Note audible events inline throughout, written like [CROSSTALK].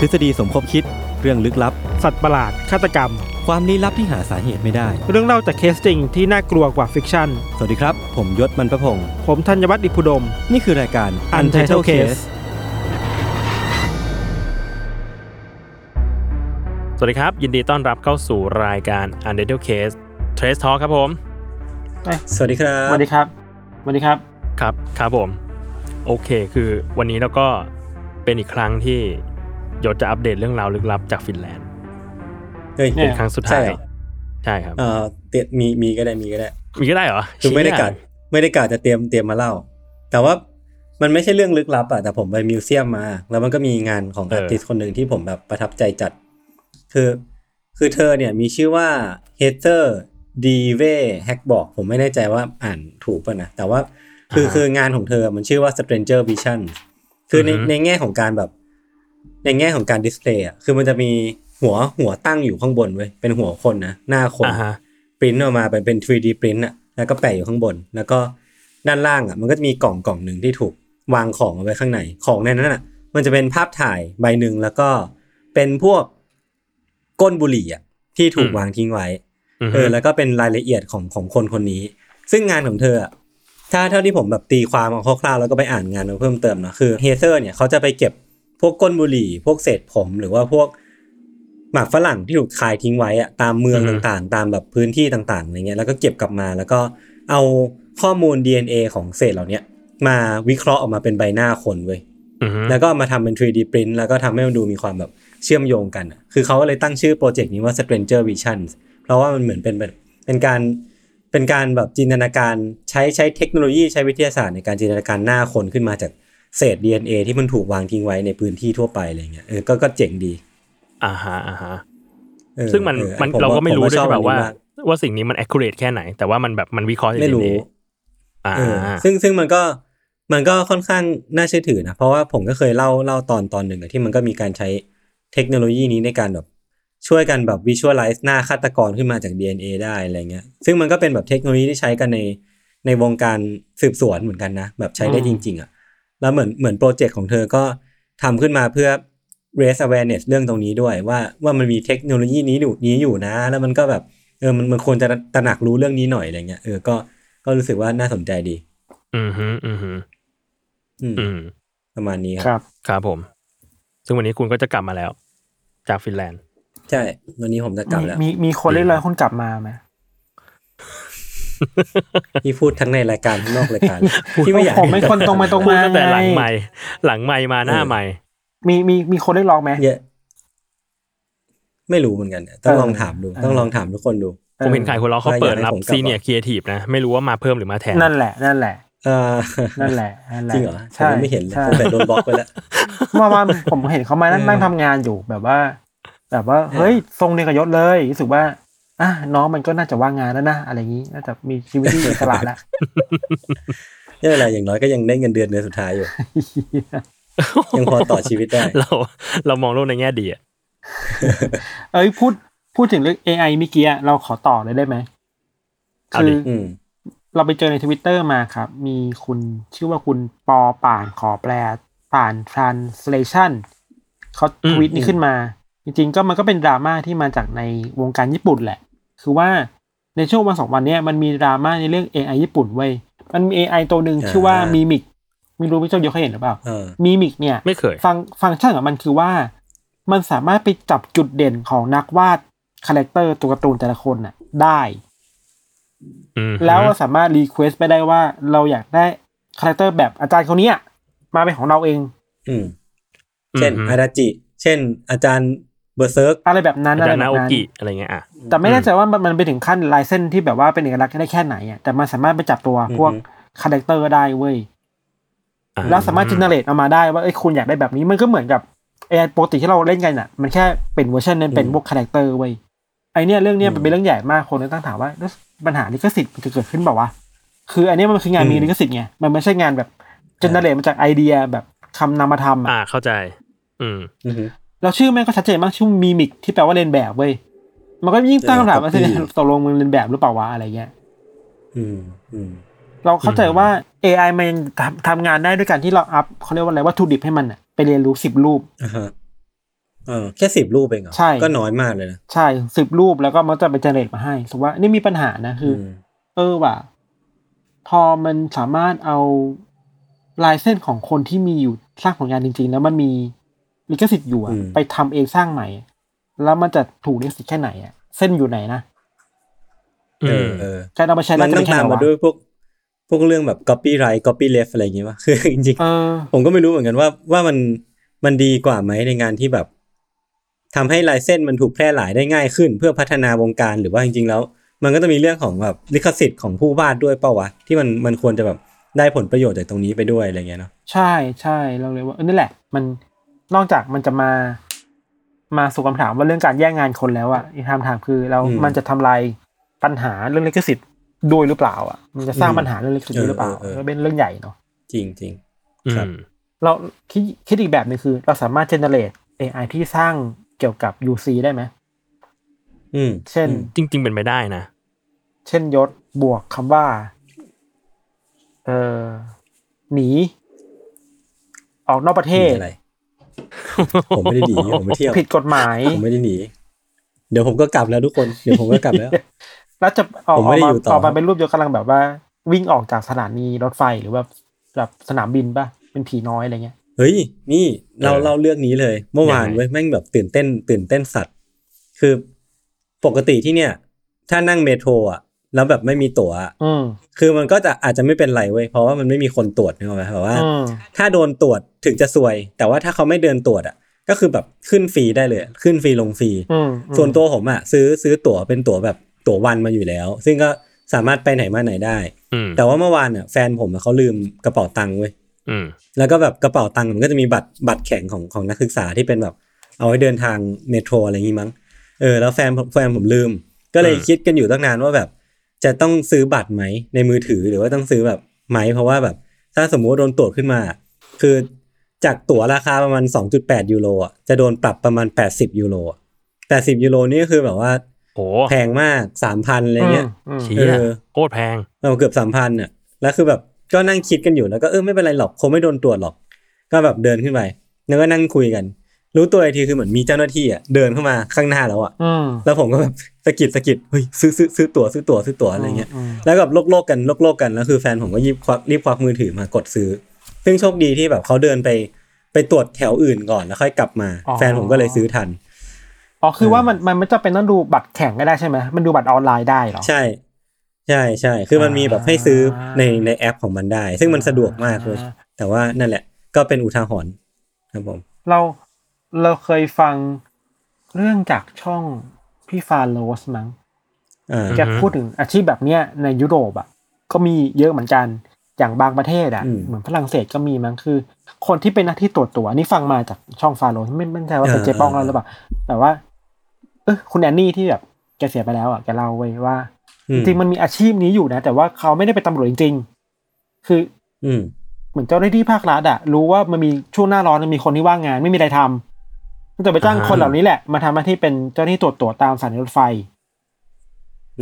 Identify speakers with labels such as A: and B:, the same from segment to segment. A: ทฤษฎีสมคบคิด เรื่องลึกลับ
B: สัตว์ประหลาด ฆาตกรรม
A: ความลี้ลับที่หาสาเหตุไม่ได้
B: เรื่องเล่าจากเคสจริงที่น่ากลัวกว่าฟิกชั่น
A: สวัสดีครับ ผมยศมันประพงศ์
B: ผมธัญวัฒน์อิพุดม
A: นี่คือรายการ Untitled Case
C: สวัสดีครับ ยินดีต้อนรับเข้าสู่รายการ u n d e r t a l e Case Trace Talk ครับผม
A: สวัสดีครับ
B: สวัสดีครับ สวัสดีครับ
C: ครับครับผม โอเค คือวันนี้เราก็เป็นอีกครั้งที่ยศจะอัปเดตเรื่องราวลึกลับจากฟินแลนด์
D: เฮ้ย
B: เนี่
C: เป็นครั้งสุด
D: ใช่
C: ท้าย
D: เหรอ
C: ใช่ครับ
D: เอ่อเตรียมมีมีก็ได้มีก็ได้
C: มีก็ได้เหรอ
D: คือไม่ได้
C: เชี่ย
D: กะไม่ได้กะจะเตรียมเตรียมมาเล่า แต่ว่ามันไม่ใช่เรื่องลึกลับอะแต่ผมไปมิวเซียมมา แล้วมันก็มีงานของอาร์ติสคนหนึ่งที่ผมแบบประทับใจจัด คือคือเธอเนี่ยมีชื่อว่าเฮเ t อร์ดีเวแฮกบอกผมไม่แน่ใจว่าอ่านถูกป่ะนะ แต่ว่าคือคืองานของเธอมันชื่อว่า Stranger Vision คือในในแง่ของการแบบ ในแง่ของการดิสเพลย์อะคือมันจะมีหัวหัวตั้งอยู่ข้างบนเว้ยเป็นหัวคนนะหน้าคน
C: อ่าฮะ
D: ปริ้นออกมาเป็นเป็น 3D ปริ้นอะแล้วก็แปะอยู่ข้างบน แล้วก็ด้านล่างอะมันก็จะมีกล่องกล่องหนึ่งที่ถูกวางของเอาไว้ข้างใน ของในนั้นอะมันจะเป็นภาพถ่ายใบหนึ่งแล้วก็เป็นพวกก้นบุหรี่อะที่ถูก
C: อืม
D: วางทิ้งไว้
C: อือ
D: เอ
C: ฮึ
D: อแล้วก็เป็นรายละเอียดของของคนคนนี้ ซึ่งงานของเธออะถ้าเท่าที่ผมแบบตีความเอาคร่าวๆแล้วก็ไปอ่านงานมาเพิ่มเติมเนอะคือเฮเซอร์เนี่ยเขาจะไปเก็บพวกก้นบุหรี่ พวกเศษผมหรือว่าพวกหมากฝรั่งที่ถูกคายทิ้งไว้อะตามเมืองต่างๆ ตามแบบพื้นที่ต่างๆอะไรเงี้ยแล้วก็เก็บกลับมาแล้วก็เอาข้อมูล DNA ของเศษเหล่าเนี้ยมาวิเคราะห์ออกมาเป็นใบหน้าคนเว้ย
C: อือฮึ
D: แล้วก็เอามาทำเป็น 3D print แล้วก็ทำให้มันดูมีความแบบเชื่อมโยงกันอะคือเขาก็เลยตั้งชื่อโปรเจกต์นี้ว่า Stranger Visions เพราะว่ามันเหมือนเป็นแบบเป็นการเป็นการแบบจินตนาการใช้ใช้เทคโนโลยีใช้วิทยาศาสตร์ในการจินตนาการหน้าคนขึ้นมาจากเศษ DNA ที่มันถูกวางทิ้งไว้ในพื้นที่ทั่วไปอะไรเงี้ยเออก็ก็เจ๋งดี
C: อ่าฮะอ่าฮะ
D: เออ
C: ซึ่งมัน
D: ออ
C: มัน
D: ผ
C: เราก็ไม่รู้
D: ผ
C: ด้วย
D: ชอ
C: ใช่
D: อัน
C: แบบ
D: นี้
C: ว่าม
D: ก
C: ว่าสิ่งนี้มัน accurate แค่ไหน แต่ว่ามันแบบมันวิเคราะห์จาก
D: ไม่รู้
C: DNA อ่า
D: เออซึ่งซึ่งมันก็มันก็ค่อนข้างน่าเชื่อถือนะ เพราะว่าผมก็เคยเล่าเล่าตอนตอนหนึ่งอะที่มันก็มีการใช้เทคโนโลยีนี้ในการแบบช่วยกันแบบวิชวลไลซ์หน้าฆาตกรขึ้นมาจาก DNA ได้อะไรเงี้ยซึ่งมันก็เป็นแบบเทคโนโลยีที่ใช้กันในในวงการสืบสวนเหมือนกันนะ แบบใช้ได้จริง ๆอะ่ะแล้วเหมือนเหมือนโปรเจกต์ของเธอก็ทำขึ้นมาเพื่อ raise awareness เรื่องตรงนี้ด้วยว่าว่ามันมีเทคโนโลยีนี้อยู่นี้อยู่นะ แล้วมันก็แบบเออมันมันควรจะตระหนักรู้เรื่องนี้หน่อยอะไรเงี้ยเออก็ก็รู้สึกว่าน่าสนใจดี
C: อือฮึอือฮึ
D: อืม
C: อืม
D: ประมาณนี้
B: ค
D: ครับ
B: รับ
C: ครับผม ซึ่งวันนี้คุณก็จะกลับมาแล้ว จากฟินแลนด์
D: ใช่วันนี้ผมจะกลับแล้ว
B: มีมีคนเรียกร้องคนกลับมาไหม
D: พี่พูดทั้งในรายการทั้งนอกรายการพี่ไม่อยาก
B: ผมเป็นคนตรงไปตรง
C: พูด
B: มา
C: ตั้งแต่หลัง
B: ไง
C: ไม่หลังไม่มาหน้าไม่
B: มีมีมีคนเรียกร้องไหม
D: เยอะไม่รู้เหมือนกันเนี่ยต้อง
B: เออ
D: ลองถามดู
B: เออ
D: ต้องลองถามทุกคนดู
C: ผมเห็นขายคนเราเขาเปิดรับ
D: ผมกลับ
C: ซีเนียร์ครีเอทีฟนะ ไม่รู้ว่ามาเพิ่มหรือมาแทน
B: นั่นแหละ นั่นแหละ
D: เออ
B: นั่นแหละนั่นแหละ
D: จริงเหรอผ
B: ใช่
D: มยังไม่เห็นเลย
B: ใช่
D: ผมแต่โดนบล็อกไปแล้ว
B: เมื่อวานผมเห็นเขามานั่ง
D: เออ
B: นั่งทำงานอยู่แบบว่า แบบว่า เฮ้ยทรงเดียวกับยศเลยรู้สึกว่าอ่ะน้องมันก็น่าจะว่างงานแล้วนะอะไรอย่างนี้น่าจะมีชีวิตที่อิสระ
D: [LAUGHS]
B: แล้ว
D: ไม่เป็นไรอย่างน้อยก็ยังได้เงินเดือนเดือนสุดท้ายอยู่ ยังพอต่อชีวิตได้
C: เรา [LAUGHS] เรามองโลกในแง่ดีอะ
B: เอ้ยพูดพูดถึงเรื่อง AI เมื่อกี้อะเราขอต่อเลยได้ไหม
C: เอา
B: คื
C: ดิ
B: อ
D: อืม
B: เราไปเจอในทวิตเตอร์มาครับ มีคุณชื่อว่าคุณปอป่านขอแปลป่าน translation เขาทวิตนี้ขึ้นมา จริงๆ ก็มันก็เป็นดราม่าที่มาจากในวงการญี่ปุ่นแหละ คือว่า ในช่วงวันสองวันเนี้ยมันมีดราม่าในเรื่อง AI ญี่ปุ่นเว้ยมันมี AI ตัวหนึ่ง
D: อ่า
B: ชื่อว่ามีมิกไม่รู้พี่โจโยเคยเห็นหรือเปล่า
D: เออ
B: มีมิกเนี่ย
C: ไม่เคย
B: ฟังฟังก์ชันของมันคือว่า มันสามารถไปจับจุดเด่นของนักวาดคาแรคเตอร์ตัวการ์ตูนแต่ละคนน่ะได้
C: อืม
B: แล้วเราสามารถรีเควสไปได้ว่าเราอยากได้คาแรคเตอร์แบบอาจารย์เขาเนี้ยมาเป็นของเราเอง
D: อืม เช่น
C: อืม
D: อาดาจิ เช่น อาจารย์เบอร์เซิร์ก
B: อะไรแบบนั้น
C: อา
B: อะไร
C: จาร
B: แบบ
C: ย์นาโอ
B: นั้น
C: กิอะไรเงี้ยอ่ะ
B: แต่ไม่แน่ใจว่ามันมันไปถึงขั้นลายเส้นที่แบบว่าเป็นเอกลักษณ์ได้แค่ไหนอ่ะแต่มันสามารถไปจับตัวพวก
D: อือฮึ
B: คาแรคเตอร์ได้เว้ย
C: อ่
B: แล้วสามารถจินเนเรตออกมาได้ว่าเอ้ยคุณอยากได้แบบนี้มันก็เหมือนกับไอ้ปกติที่เราเล่นกันอ่ะ มันแค่เป็นเวอร์ชันนั้นเป็นพวกคาแรคเตอร์เว้ยไอเนี้ยเรื่องเนี้ยมันเป็นเรื่องใหญ่มากคนเลยตั้งถามว่าแล้วปัญหาลิขสิทธิ์มันจะเกิดขึ้นเปล่าวะคืออันเนี้ยมันคืองานมีลิขสิทธิ์ไงมันไม่ใช่งานแบบจินเนเรตมาจากไอเดียแบบคำนามธรรมอะ
C: อ่าเข้าใจ อืม
D: อือฮึ
B: แล้วชื่อแม่งก็ชัดเจนมากชื่อมีมิกที่แปลว่าเลียนแบบเว้ย มันก็ยิ่งตั้งคำถาม
D: เออ
B: ว่าสิ
D: copy
B: [LAUGHS] ตกลงมึงเลียนแบบหรือเปล่าวะอะไรเงี้ย
D: อืมอืม
B: เราเข้าใจว่า AI มันยังทำทำงานได้ด้วยการที่เราอัพเขาเรียกว่าอะไรวัตถุดิบให้มันอะไปเรียนรู้สิบรูป
D: อ่าฮะเออแค่สิบรูปเองเหรอ
B: ใช่
D: ก็น้อยมากเลยนะ
B: ใช่สิบรูปแล้วก็มันจะไปเจเนเรตมาให้สมมติว่านี่มีปัญหานะคืออ
D: ม
B: เออว่ะพอมันสามารถเอาลายเส้นของคนที่มีอยู่สร้างผลงานจริง ๆ แล้วมันมีลิขสิทธิ์อยู่อะไปทำเองสร้างใหม่ แล้วมันจะถูกลิขสิทธิ์แค่ไหนอะเส้นอยู่ไหนนะ
C: อื
D: เอ
C: ม
D: อเออ
B: การเอามาใช้
D: มั
B: แล้ว
D: น
B: จะ
D: ต้อ
B: เป็
D: ง
B: นแค่
D: ตา
B: ไห
D: มมาว
B: นะ
D: ด้วยพวกพวกเรื่องแบบ copy right copy left อะไร [LAUGHS] อย่างเงี้ยว่าคือจริง
B: เออ
D: ๆผมก็ไม่รู้เหมือนกันว่าว่ามันมันดีกว่าไหมในงานที่แบบทำให้ลายเส้นมันถูกแพร่หลายได้ง่ายขึ้น เพื่อพัฒนาวงการหรือว่าจริงๆแล้ว มันก็จะมีเรื่องของแบบลิขสิทธิ์ของผู้วาดด้วยเปล่าวะที่มันมันควรจะแบบได้ผลประโยชน์จากตรงนี้ไปด้วยอะไรเงี้ยเนาะ
B: ใช่ใช่เราเลยว่าเออนี่แหละ มันนอกจากมันจะมา มาสู่คำถามว่าเรื่องการแย่งงานคนแล้วอะอีกคำถามคือเรามันจะทำลายปัญหาเรื่องลิขสิทธิ์ด้วยหรือเปล่าอะมันจะสร้างปัญหาเรื่องลิขสิทธิ์ด้วยหรือเปล่าก็เป็นเรื่องใหญ่เนาะ
D: จริงจริง
C: อื
D: ครับ
C: ม
B: เราคิดคิดอีกแบบหนึงคือ เราสามารถเจเนเรต AI ที่สร้างเกี่ยวกับ UC ได้ไหม
D: ๆอืม
B: เช่น
C: จริง ๆ เป็นไปได้นะ
B: เช่นยศบวกคำว่า เออหนี ออกนอกประเท
D: ห
B: ศ
D: นีอะไร ผมไม่ได้หนีผมไปเที่ยว
B: ผิดกฎหมาย
D: ผมไม่ได้หนี เดี๋ยวผมก็กลับแล้วทุกคน เดี๋ยวผมก็กลับแล้ว
B: แล้วจะเออก
D: ผม
B: อ
D: ไม่
B: อก
D: ได้
B: มา
D: อยู่ต่อ
B: ออกมาเป็นรูปยกกำลังแบบว่า วิ่งออกจากสถานีรถไฟหรือว่าแบบสนามบินป่ะ เป็นผีน้อยอะไรเงี้ย
D: เฮ้ย นี่เรา
C: เออ
D: เล่าเรื่องนี้เลย เมื่อวาน
C: ยังไง
D: เว้ยแม่งแบบตื่นเต้น ตื่นเต้นสัตว์ คือปกติที่เนี่ย ถ้านั่งเมโทรอ่ะ แล้วแบบไม่มีตั๋วอะ
B: อืม
D: คือมันก็จะอาจจะไม่เป็นไรเว้ยเพราะว่ามันไม่มีคนตรวจนึกออกไหมแบบว่า
B: อืม
D: ถ้าโดนตรวจถึงจะซวย แต่ว่าถ้าเขาไม่เดินตรวจอ่ะ ก็คือแบบขึ้นฟรีได้เลย ขึ้นฟรีลงฟรี
B: อืมอืม
D: ส่วนตัวผมอ่ะซื้อซื้อตั๋วเป็นตั๋วแบบตั๋ววันมาอยู่แล้ว ซึ่งก็สามารถไปไหนมาไหนได้
C: อืม
D: แต่ว่าเมื่อวานอ่ะแฟนผมอะเขาลืมกระเป๋าตังค์เว้ย
C: อืม
D: แล้วก็แบบกระเป๋าตังค์มันก็จะมีบัตรบัตรแข็งของของนักศึกษาที่เป็นแบบเอาไว้เดินทางเมโทรอะไรอย่างงี้มั้ง เออแล้วแฟนแฟนผมลืม ก็เลย
C: อืม
D: คิดกันอยู่ตั้งนานว่าแบบ จะต้องซื้อบัตรไหมในมือถือหรือว่าต้องซื้อแบบไหมเพราะว่าแบบ ถ้าสมมุติโดนตรวจขึ้นมา คือจากตั๋วราคาประมาณ 2.8 ยูโรอ่ะจะโดนปรับประมาณ 80 ยูโรอะ80 ยูโรนี่ก็คือแบบว่า
C: โอ้
D: แพงมาก3,000อะไรเงี้ย
B: อืมอืม
C: เชี่ย
D: เออ
C: โคตรแพง
D: เราเกือบสามพันอ่ะ แล้วคือแบบก็นั่งคิดกันอยู่แล้วก็เออไม่เป็นไรหรอกคงไม่โดนตรวจหรอก ก็แบบเดินขึ้นไป แล้วก็นั่งคุยกัน รู้ตัวอีกทีคือเหมือนมีเจ้าหน้าที่อ่ะเดินเข้ามาข้างหน้าแล้วอ่ะ
B: อืม
D: แล้วผมก็แบบสะกิดสะกิดเฮ้ยซื้อซื้อซื้อตั๋วซื้อตั๋วซื้อตั๋วอะไรเงี้ย แล้วกับโลกโลกกันโลกโลกกันแล้วคือแฟนผมก็ยิบควักรีบควักมือถือมากดซื้อ ซึ่งโชคดีที่แบบเขาเดินไปไปตรวจแถวอื่นก่อนแล้วค่อยกลับมา แฟนผมก็เลยซื้อทัน
B: อ๋อคือว่ามันมันไม่จำเป็นต้องดูบัตรแข่งก็ได้ใช่ไหมมันดูบัตรออนไลน์ได้เหรอ
D: ใช่ ใช่ใช่ คือมันมีแบบให้ซื้อใน
B: อ่า
D: ในแอปของมันได้ ซึ่งมันสะดวกมากเลย
B: อ่า
D: แต่ว่านั่นแหละ ก็เป็นอุทาหรณ์ครับผม
B: เราเราเคยฟังเรื่องจากช่องพี่ฟาโรสมั้ง
D: อ่า
B: แกพูดถึงอาชีพแบบเนี้ยในยุโรปอ่ะก็มีเยอะเหมือนกันอย่างบางประเทศอ่ะ
D: อืม
B: เหมือนฝรั่งเศสก็มีมั้งคือ คนที่เป็นหน้าที่ตรวจตัวอันนี่ฟังมาจากช่องฟาโรห์ไม่ไม่แน่ใจว่าเป็น
D: อ่า
B: เจป้องเรา
D: อ่า
B: หรือเปล่าแต่ว่าเออคุณแอนนี่ที่แบบแกเสียไปแล้วอ่ะแกเล่าไว้ว่า
D: อืม
B: จริงๆมันมีอาชีพนี้อยู่นะ แต่ว่าเขาไม่ได้เป็นตำรวจจริง ๆ คือ
D: อืม
B: เหมือนเจ้าหน้าที่ภาครัฐอ่ะรู้ว่ามันมีช่วงหน้าร้อนมันมีคนที่ว่างงานไม่มีอะไรทำก็จะไปจ้าง
C: อ่า
B: คนเหล่านี้แหละมาทำหน้าที่เป็นเจ้าหน้าที่ตรวจตัวตามสถานีรถไฟ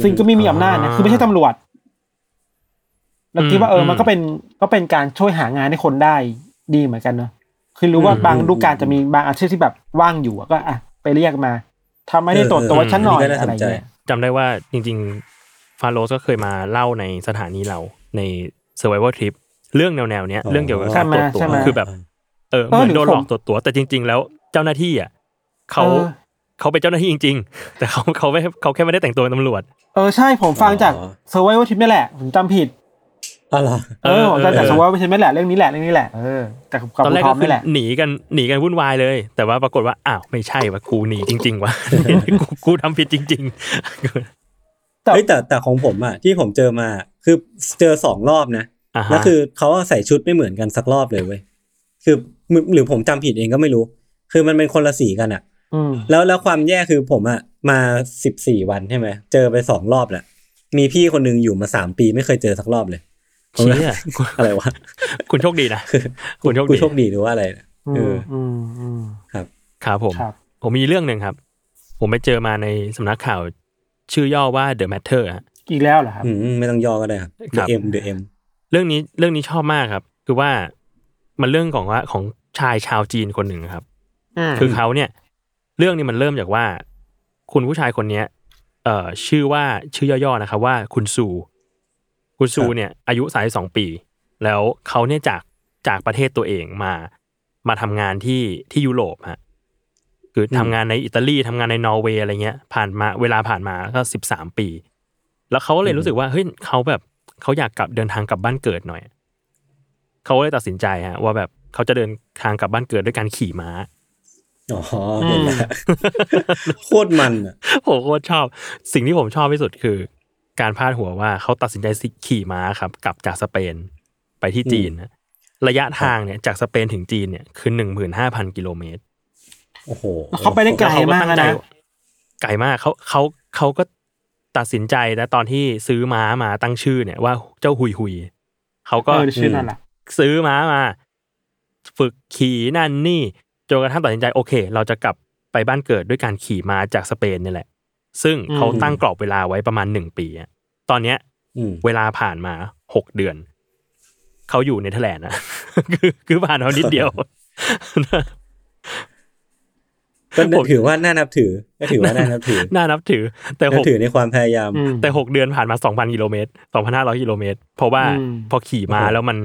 B: ซึ่งก็ไม่มีอำนาจนะ คือไม่ใช่ตำรวจ เราคิดว่าเออ
C: อืม
B: มันก็เป็นก็เป็นการช่วยหางานให้คนได้ดีเหมือนกันเนอะคือรู้ว่า
D: อืม
B: บางฤดูกาล
D: อืม
B: จะมีบางอาชีพที่แบบว่างอยู่อะก็อ่ะไปเรียกมาทำไม่ได้ตรวจตัว
D: เออเออ
B: ฉันหน่อย
D: อันนี้ก็น่า
B: อะไร
D: สนใจ
B: เงี้ย
C: จำได้ว่าจริง ๆ ฟาโรสก็เคยมาเล่าในสถานีเราใน Survival Trip เรื่องแนวๆเนี้ย
D: อ๋อ
C: เรื่องเกี่ยวกับการ
B: ใช่ไหม
C: ตรวจตัว
B: ใช่ไหม
C: คือแบบเออเห
B: เออ
C: มือ
B: หรือ
C: นโดนหลอ
B: ผ
C: ก
B: ม
C: ตรวจตัว แต่จริง ๆ แล้วเจ้าหน้าที่อ่ะเขา
B: เออ
C: เขาเป็นเจ้าหน้าที่จริง ๆ [LAUGHS] แต่เขาเขาไม่เขาแค่ไม่ได้แต่งตัวเป็นตำรวจ
B: เออใช่ผมฟังจาก
D: อ๋อ
B: เซอร์ไวท์ทิปนี่แหละผมจำผิด
D: อ๋อเหรอ
B: เออผมจำจาก
C: เออ
B: เซอร์ไวท์ทิปนี่แหละเรื่องนี้แหละเรื่องนี้แหละเออแต่กับ
C: ตอนแรก
B: ท็อ
C: ก็
B: ป
C: คือ
B: นี่แหละ
C: หนีกันหนีกันวุ่นวายเลย แต่ว่าปรากฏว่าอ้าวไม่ใช่ว่ากูหนีจริง ๆว่ะ [LAUGHS] กูกูทำผิดจริง ๆ [LAUGHS]
B: แต่
D: เอ้ยแต่แต่ของผมอะที่ผมเจอมาคือเจอสองรอบนะ
C: อ่าฮะ
D: แล้วคือเขาอะใส่ชุดไม่เหมือนกันสักรอบเลยเว้ยคือมึหรือผมจำผิดเองก็ไม่รู้ คือมันเป็นคนละสีกันอะ
B: อืม
D: แล้วแล้วความแย่คือผมอะมาสิบสี่วันใช่ไหมเจอไปสองรอบแหละมีพี่คนหนึงอยู่มาสามปีไม่เคยเจอสักรอบเลยผม
C: เชี่
D: ก็
C: ย
D: [LAUGHS] อะไรวะ
C: คุณโชคดีนะ
D: คือ
C: คุณโชคดี
D: กูโชคดีหรือว่าอะไรนะ
B: อื
D: เอ
B: ม
D: อ
B: อืมอืม
C: ครับผม
B: ครับ
C: ผมมีเรื่องหนึ่งครับ ผมไปเจอมาในสำนักข่าวชื่อย่อว่า The Matter ฮะ
B: อีกแล้วเหรอครับ
D: อืมไม่ต้องย่อก็ได้ครับ
C: ค
D: เดอะ
C: รับ
D: เอ็มเดอะเอ็ม
C: เรื่องนี้เรื่องนี้ชอบมากครับ คือว่ามันเรื่องของว่าของชายชาวจีนคนหนึ่งครับ คือเขาเนี่ย เรื่องนี้มันเริ่มจากว่า คุณผู้ชายคนเนี้ย เอ่อชื่อว่าชื่อย่อๆนะครับ ว่าคุณซู คุณซูเนี่ย อายุสายสองปี แล้วเขาเนี่ยจากจากประเทศตัวเองมา มาทำงานที่ที่ยุโรปฮะคือทำงานในอิตาลีทำงานในนอร์เวย์อะไรเงี้ย ผ่านมาเวลาผ่านมาก็สิบสามปี แล้วเขาก็เลยรู้สึกว่าเฮ้ยเขาแบบเขาอยากกลับเดินทางกลับบ้านเกิดหน่อย เขาก็เลยตัดสินใจฮะว่าแบบเขาจะเดินทางกลับบ้านเกิดด้วยการขี่ม้า
D: อ๋อเห็นแล้วโคตรมันอะ
C: ผมโคตรชอบ สิ่งที่ผมชอบที่สุดคือ การพาดหัวว่าเขาตัดสินใจขี่ม้าครับ กลับจากสเปนไปที่จีนนะระยะทางเนี่ยจากสเปนถึงจีนเนี่ยคือหนึ่งหมื่นห้าพันกิโลเมตร
D: โอ้โห
B: เขาไปได้ไกลมาก
C: แวเขตั้งใจ
B: นะ
C: ไกลมากเขาเขาเขาก็ตัดสินใจนะตอนที่ซื้อม้ามาตั้งชื่อเนี่ยว่าเจ้าหุยหุยเขาก็
B: เออชื่อนั่นแหละ
C: ซื้อม้ามา ฝึกขี่นั่นนี่จนกระทั่งตัดสินใจโอเค เราจะกลับไปบ้านเกิดด้วยการขี่ม้าจากสเปนเนี่ยแหละ ซึ่งเขาตั้งกรอบเวลาไว้ประมาณหนึ่งปีอะตอนเนี้ย
D: อืม
C: เวลาผ่านมาหกเดือน เขาอยู่เนเธอร์แลนด์นะ [LAUGHS] คือคือผ่านเอานิดเดี
D: [LAUGHS]
C: ยว
D: ก็
C: ผม
D: ถือว่าน่านับถือ ก็ถือว่าน่านับ
C: [LAUGHS]
D: ถือ
C: น่านับถือ แต่
D: นั
C: ห
D: บ
C: ก
D: ถือในความพยายาม
B: อืม
C: แต่หกเดือนผ่านมาสองพันกิโลเมตรสองพันห้าร้อยกิโลเมตร เพราะว่า
B: อืม
C: พอขี่มา
D: โอ้โห
C: แล้วมัน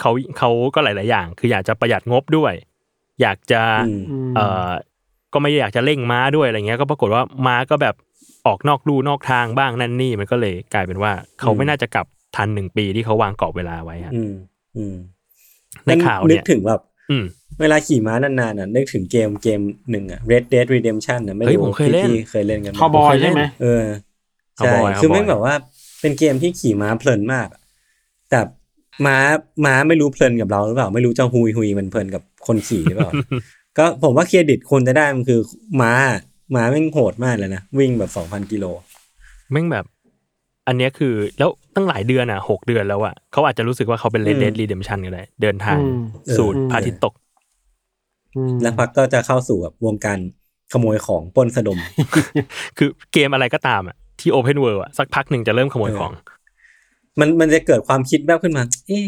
C: เขาเขาก็หลาย ๆ อย่าง คืออยากจะประหยัดงบด้วย อยากจะ
D: อืม
B: อืม
C: เอ่อก็ไม่อยากจะเร่งม้าด้วยอะไรเงี้ย ก็ปรากฏว่าม้าก็แบบออกนอกลู่นอกทางบ้างนั่นนี่มันก็เลยกลายเป็นว่าเขาไม่น่าจะกลับทันหนึ่งปีที่เขาวางกรอบเวลาไว้ฮะ
D: อืมอืม
C: ในข่าวเนี่ย
D: นึกถึงแบบ
C: อืม
D: เวลาขี่ม้านานๆน่ะนึกถึงเกมเกมหนึ่งอะ Red Dead Redemption นะไม่
C: เฮ้ย
D: รู้
C: ผมเคยเล่น
D: พี่ๆเคยเล่นกันไหม
B: คาวบอยใช่ไหม
D: เออ
C: คาว
D: ใช่
C: บอย
D: คือ
C: คาวบอย
D: ไม่งแบบว่าเป็นเกมที่ขี่ม้าเพลินมากอะแต่ม้าม้าไม่รู้เพลินกับเราหรือเปล่า ไม่รู้จะฮุยฮุยมันเพลินกับคนขี่หรือเป
C: [LAUGHS]
D: ล่า ก็ผมว่าเครดิตคนจะได้มันคือม้าม้าแม่งโหดมากเลยนะวิ่งแบบสองพันกิโล
C: แม่งแบบ อันเนี้ยคือแล้วตั้งหลายเดือนอ่ะหกเดือนแล้วอ่ะเขาอาจจะรู้สึกว่าเขาเป็น Red
D: อืม
C: Dead Redemption ก็ได้เดินทาง
B: อืม
C: สู่พระอาทิตย์ตก
B: อืม
D: แล้วพักก็จะเข้าสู่แบบวงการขโมยของปล้นสะดม
C: คือเกมอะไรก็ตามอ่ะที่โอเพนเวิ d ์อ่ะสักพักหนึ่งจะเริ่มขโมยของ
D: มันมันจะเกิดความคิดแบบขึ้นมา เอ๊ะ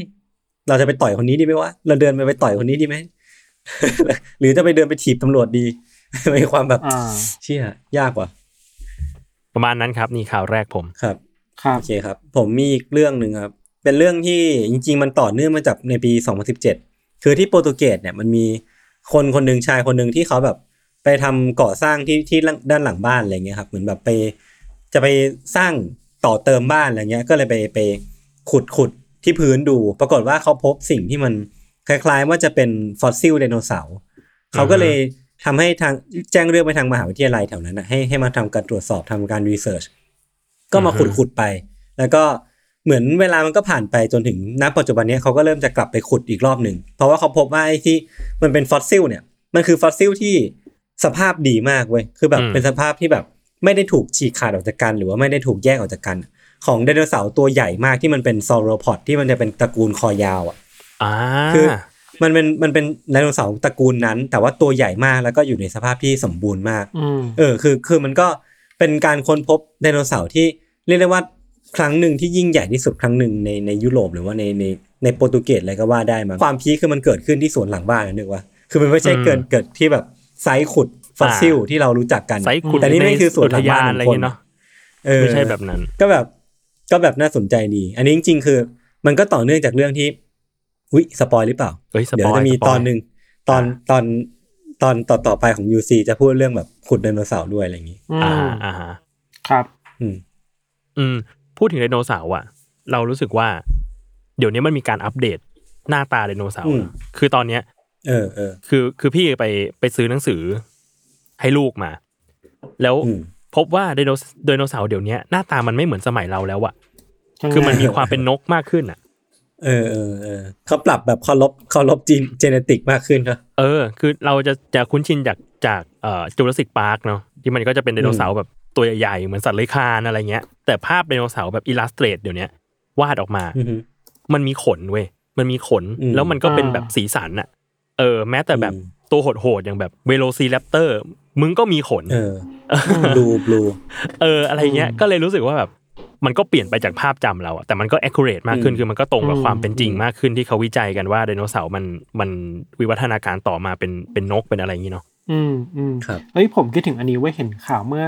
D: เราจะไปต่อยคนนี้ดีไหมวะ เราเดินไปไปต่อยคนนี้ดีไหม [LAUGHS] หรือจะไปเดินไปถีบตำรวจดี [LAUGHS] มีความแบบ
B: อ่า
D: เชี่ยยากกว่า
C: ประมาณนั้นครับ นี่ข่าวแรกผม
D: ครับ
B: ครับ
D: โอเคครับ ผมมีอีกเรื่องหนึ่งครับ เป็นเรื่องที่จริง ๆ มันต่อเนื่องมาจากในปี 2017 คือที่โปรตุเกสเนี่ยมันมีคนคนหนึ่งชายคนหนึ่งที่เขาแบบไปทำก่อสร้างที่ที่ด้านหลังบ้านอะไรเงี้ยครับ เหมือนแบบไปจะไปสร้างต่อเติมบ้านอะไรเงี้ย ก็เลยไปไปขุดขุดที่พื้นดู ปรากฏว่าเขาพบสิ่งที่มันคล้าย ๆ ว่าจะเป็นฟอสซิลไดโนเสาร์ เขาก็เลยทำให้ทางแจ้งเรื่องไปทางมหาวิทยาลัยแถวนั้นนะให้ให้มาทำการตรวจสอบทำการรีเสิร์ช ก็มา
C: อือฮึ
D: ขุดขุดๆไป แล้วก็เหมือนเวลามันก็ผ่านไปจนถึงณปัจจุบันเนี้ยเขาก็เริ่มจะกลับไปขุดอีกรอบหนึ่ง เพราะว่าเขาพบว่าไอ้ที่มันเป็นฟอสซิลเนี่ย มันคือฟอสซิลที่สภาพดีมากเว้ย คือแบบ
C: อืม
D: เป็นสภาพที่แบบไม่ได้ถูกฉีกขาดออกจากกัน หรือว่าไม่ได้ถูกแยกออกจากกัน ของไดโนเสาร์ตัวใหญ่มากที่มันเป็นซอโรพอดที่มันจะเป็นตระกูลคอยาวอ่ะ
C: อ่า
D: คือมันเป็นมันเป็นไดโนเสาร์ตระกูลนั้น แต่ว่าตัวใหญ่มากแล้วก็อยู่ในสภาพที่สมบูรณ์มาก
B: อืม
D: เออคือคือมันก็เป็นการค้นพบไดโนเสาร์ที่เรียกได้ว่าครั้งหนึ่งที่ยิ่งใหญ่ที่สุดครั้งหนึ่งในในยุโรปหรือว่าในในในโปรตุเกสอะไรก็ว่าได้มั้งความพีคคือมันเกิดขึ้นที่สวนหลังบ้านนะนึกว่า คือมันไม่ใช่เกิดเกิดที่แบบไซต์ขุดฟอสซิลที่เรารู้จักกัน
C: ไซส์ขุด
D: แต่นี่
C: ใน
D: ไม่คือสวนห
C: อุท
D: ลัง
C: ยา
D: บ้านข
C: นอะไร
D: อ
C: อง
D: ค
C: ย่างเงี้
D: น
C: ยเนาะ
D: เออ
C: ไม่ใช่แบบนั้น
D: ก็แบบ ก็แบบน่าสนใจดี อันนี้จริงๆ คือ มันก็ต่อเนื่องจากเรื่องที่วิสปอยหรือเปล่า
C: เอ้ยส
D: เดี๋ย
C: ป
D: ว
C: อย
D: จะมี
C: สปย
D: ตอนหนึ่งตอนตอนตอนต่อต่อๆไปของ UC จะพูดเรื่องแบบขุดไดโนเสาร์ด้วยอะไรอย่างนี้
B: อื
C: อ่าม อ่าฮะ
B: ครับ
D: อืม
C: อืมพูดถึงไดโนเสาร์อะเรารู้สึกว่า เดี๋ยวนี้มันมีการอัปเดตหน้าตาไดโนเสาร์
D: อืม
C: นะคือตอนเนี้ย
D: เออเออ
C: คือคือพี่ไปไปซื้อหนังสือให้ลูกมา แล้ว
D: อืม
C: พบว่าไดโนไดโนเสาร์เดี๋ยวนี้หน้าตามันไม่เหมือนสมัยเรา
D: [LAUGHS]
C: แล้วอะคือมัน
D: ไง
C: มีความเป็นนกมากขึ้นอะ
D: เออเออเออเขาปรับแบบเคารพเคารพจีนเจเนติกมากขึ้นครับ
C: เออ คือเราจะจะคุ้นชินจากจากเอ่อจูราสสิกพาร์คเนาะที่มันก็จะเป็นไดโนเสาร์แบบตัวใหญ่ๆเหมือนสัตว์เลื้อยคลานอะไรเงี้ย แต่ภาพไดโนเสาร์แบบอิลลัสเตรตเดี๋ยวนี้วาดออกมา มันมีขนเว้ย มันมีขน
D: อืม
C: แล้วมันก็เป็น
B: อ่า
C: แบบสีสันอะเออ แม้แต่แบบ
D: อืม
C: ตัวโหดๆ อย่างแบบเวโรซีแรปเตอร์ มึงก็มีขน
D: เอ
C: [LAUGHS]
D: อดูบลู
C: เออ อะไรเงี้ย ก็เลยรู้สึกว่าแบบ มันก็เปลี่ยนไปจากภาพจำเราอะแต่มันก็ accurate มากขึ้น คือมันก็ตรงกับ
B: อืม
C: ความเป็นจริงมากขึ้นที่เขาวิจัยกันว่าไดโนเสาร์มัน มันวิวัฒนาการต่อมาเป็น เป็นนก เป็นอะไรอย่างงี้เนาะ
B: อืมอืม
D: ครับ
B: เอ้ยผมคิดถึงอันนี้ไว้ยเห็นข่าวเมื่อ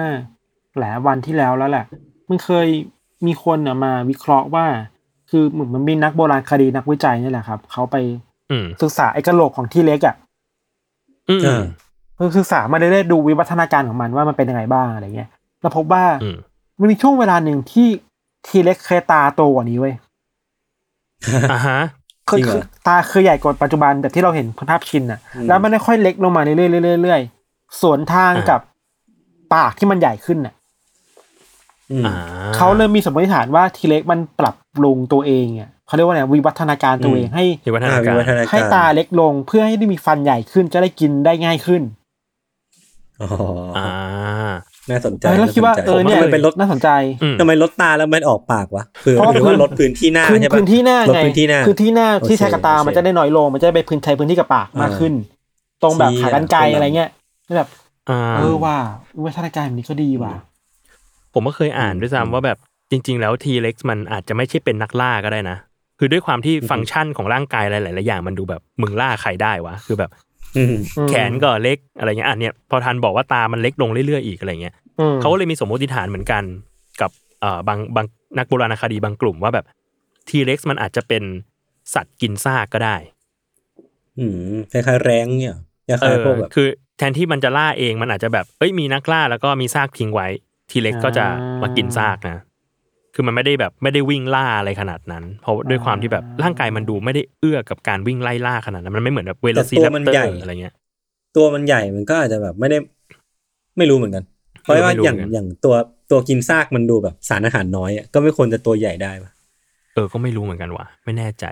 B: หลายวันที่แล้วแล้วแหละ มันเคยมีคนน่ะมาวิเคราะห์ว่า คือเหมือนมันมีนักโบราณคดีนักวิจัยนี่แหละครับ เขาไป
C: อืม
B: ศึกษาไอ้กระโหลกของที่เล็กอ่ะ
C: อืม
D: อ่า
B: คือศึกษามาเรื่อยๆดูวิวัฒนาการของมันว่ามันเป็นยังไงบ้างอะไรเงี้ยแล้วพบว่า
C: อืม
B: มันมีช่วงเวลาหนึ่งที่ทีเล็กเคยตาโตกว่านี้เว้ย
C: อ่าฮะ
B: คือ
D: จริงเหร
B: คือ
D: อ
B: ตาเคยใหญ่กว่าปัจจุบันแบบที่เราเห็นภาพชินอ่ะ
D: อืม
B: แล้วมันได้ค่อยเล็กลงมาเรื่อยๆเรื่อยๆสวนทาง
C: อ่ากั
B: กับปากที่มันใหญ่ขึ้นอ่ะ
D: อืม
C: อ่า
B: เขาเริ่มมีสมมติฐานว่าทีเล็กมันปรับปรุงตัวเองอ่ะเขาเรียกว่าไงวิวัฒนาการตัวเอง
D: อืม
B: ให้
C: วิวัฒ
D: อ่า
C: นา
D: วิ
C: การ
D: วัฒนาการ
B: ให้ตาเล็กลงเพื่อให้ได้มีฟันใหญ่ขึ้นจะได้กินได้ง่ายขึ้น
D: อ๋อ
C: อ่า
D: น่าสนใจ
B: เออแล้วคิดว่าเออ
D: น่สใจ
B: เนี่ย
D: ทำไมมันเป็นรถ
B: น่าสนใจ
C: อืม
D: ทำไมรถตาแล้วมันออกปากวะคือ
B: เพราะว่า
D: หรือว่า
B: พื้น
D: รถพื้นที่หน้า
B: พื้น
D: ใช่ปะ
B: พื้นที่หน้าร
D: ถ
B: ไง
D: พื้นที่หน้า
B: พื้นที่หน้าที่ใช้กับตา
D: โอเค
B: มันจะได้น้อยลงมันจะไปพื้นใช้พื้นที่กับปากมากขึ้น ตรงแบบขากรรไกรอะไรเงี้ยก็แบบ
C: อ่า
B: เออว่าวิวัฒนาการแบบนี้ก็ดีว่ะ
C: ผมก็เคยอ่านด้วยซ้ำว่าแบบจริง ๆ แล้ว T-Rex มันอาจจะไม่ใช่เป็นนักล่าก็ได้นะ คือด้วยความที่ฟังก์ชันของร่างกายหลาย ๆ อย่างมันดูแบบมึงล่าใครได้วะ คือแบบ
D: อืม
B: อืม
C: แขนก็เล็กอะไรเงี้ยอ่ะเนี่ยพอทันบอกว่าตามันเล็กลงเรื่อย ๆ อีกอะไรเงี้ย
B: อืม
C: เขาก็เลยมีสมมติฐานเหมือนกันกับเอ่อบางบางนักโบราณคดีบางกลุ่มว่าแบบ T-Rex มันอาจจะเป็นสัตว์กินซากก็ได้
D: อืมคล้ายๆแรงเนี่ยค
C: เอ
D: ล้าย
C: อ
D: ๆพวกแบบ
C: คือแทนที่มันจะล่าเองมันอาจจะแบบเอ้ยมีนักล่าแล้วก็มีซากทิ้งไว้ ทีเล็กก็จะมากินซากนะ คือมันไม่ได้แบบไม่ได้วิ่งล่าอะไรขนาดนั้น เพราะด้วยความที่แบบร่างกายมันดูไม่ได้เอื้อกับการวิ่งไล่ล่าขนาดนั้นมันไม่เหมือนแบบเวลซี
D: แต่ตั
C: แร
D: ว
C: ป
D: มัน
C: เตอ
D: ใหญ่
C: ร์อะไรเงี้ย
D: ตัวมันใหญ่มันก็อาจจะแบบไม่ได้ ไม่รู้เหมือนกัน เพราะว่า
C: ไม่รู้
D: อย่าง
C: เหมือนกัน
D: อย่างตัวตัวกินซากมันดูแบบสารอาหารน้อยอะก็ไม่ควรจะตัวใหญ่ได้ปะ
C: เออก็ไม่รู้เหมือนกันว่ะไม่แน่ใจ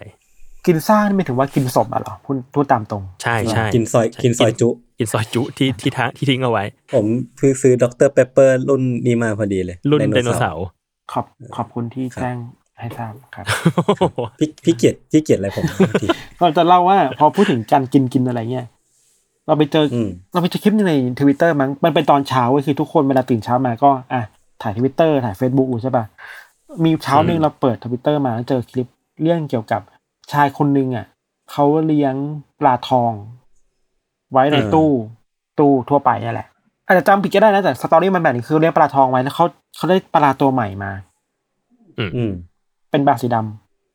B: กินซ่านี่ไม่ถึงว่ากินศพอ่ะเหรอพูดพูดตามตรง
C: ใช่ใช่
D: กินซอยกินซอยจุ
C: กินซอยจุที่ที่ทะที่ทิ้งเอาไว้
D: ผมเพิ่งซื้อด็อกเตอร์เปเปอร์รุ่นนี้มาพอดีเลย
C: รุ่นไดโนเสาร์
B: ขอบขอบคุณที่แจ้งให้ทราบครับ [LAUGHS]
D: พี่พี่เกียรติพี่เกียรติอะไรผม ที
B: เราจะเล่าว่าพอพูดถึงการกินกินอะไรเงี้ยเราไปเจออ
D: อืม
B: เราไปเจอคลิปหนึ่งในทวิตเตอร์มั้งมันเป็นตอนเช้าเว้ยคือทุกคนเวลาตื่นเช้ามาก็อ่ะถ่ายทวิตเตอร์ถ่าย Facebook อยู่ใช่ปะมีเช้าหนึ่งเราเปิดทวิตเตอร์มาแล้วเจอคลิปเรื่องเกี่ยวกับชายคนหนึ่งอ่ะเขาเลี้ยงปลาทอง ไว้ใน
D: เออ
B: ตู้ตู้ทั่วไปเนี่ยแหละ อาจจะจำผิดก็ได้นะแต่สตอรี่มันแบบนี้คือเลี้ยงปลาทองไว้แล้วเขาเขาได้ปลาตัวใหม่มา
D: อืม
B: เป็นปลาสีด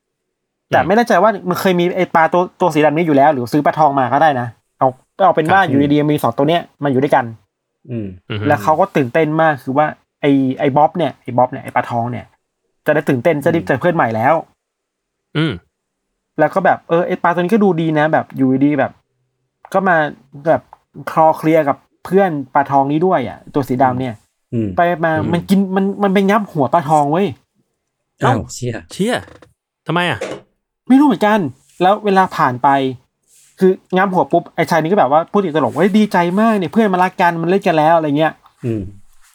B: ำแต่ไม่แน่ใจว่ามันเคยมีไอปลาตัวตัวสีดำนี้อยู่แล้ว หรือซื้อปลาทองมาก็ได้นะเอาเอาเป็นว่า
D: ครับ
B: อยู่ดีๆมีสองตัวเนี้ยมาอยู่ด้วยกัน
D: อืม
C: อือฮึ
B: แล้วเขาก็ตื่นเต้นมากคือว่าไอไอบ๊อบเนี่ยไอบ๊อบเนี่ยไอปลาทองเนี่ย จะได้ตื่นเต้นจะได้เจอเพื่อนใหม่แล้ว
C: อืม
B: แล้วก็แบบเออไอปลาตัวนี้ก็ดูดีนะ แบบอยู่ดีๆแบบ ก็มาแบบคลอเคลียร์กับเพื่อนปลาทองนี้ด้วยอ่ะ ตัวสีดำเนี่ย
D: อืม
B: ไปมามันกินมันมันไปงับหัวปลาทองเว้ย
D: อ้าวเชี่ย
C: เชี่ยทำไมอ่ะ
B: ไม่รู้เหมือนกัน แล้วเวลาผ่านไป คืองามหัวปุ๊บไอ้ชายนี้ก็แบบว่าพูดติดตลกว่าดีใจมากเนี่ยเพื่อนมารักกันมันเล่นกันแล้วอะไรเงี้ย
D: อืม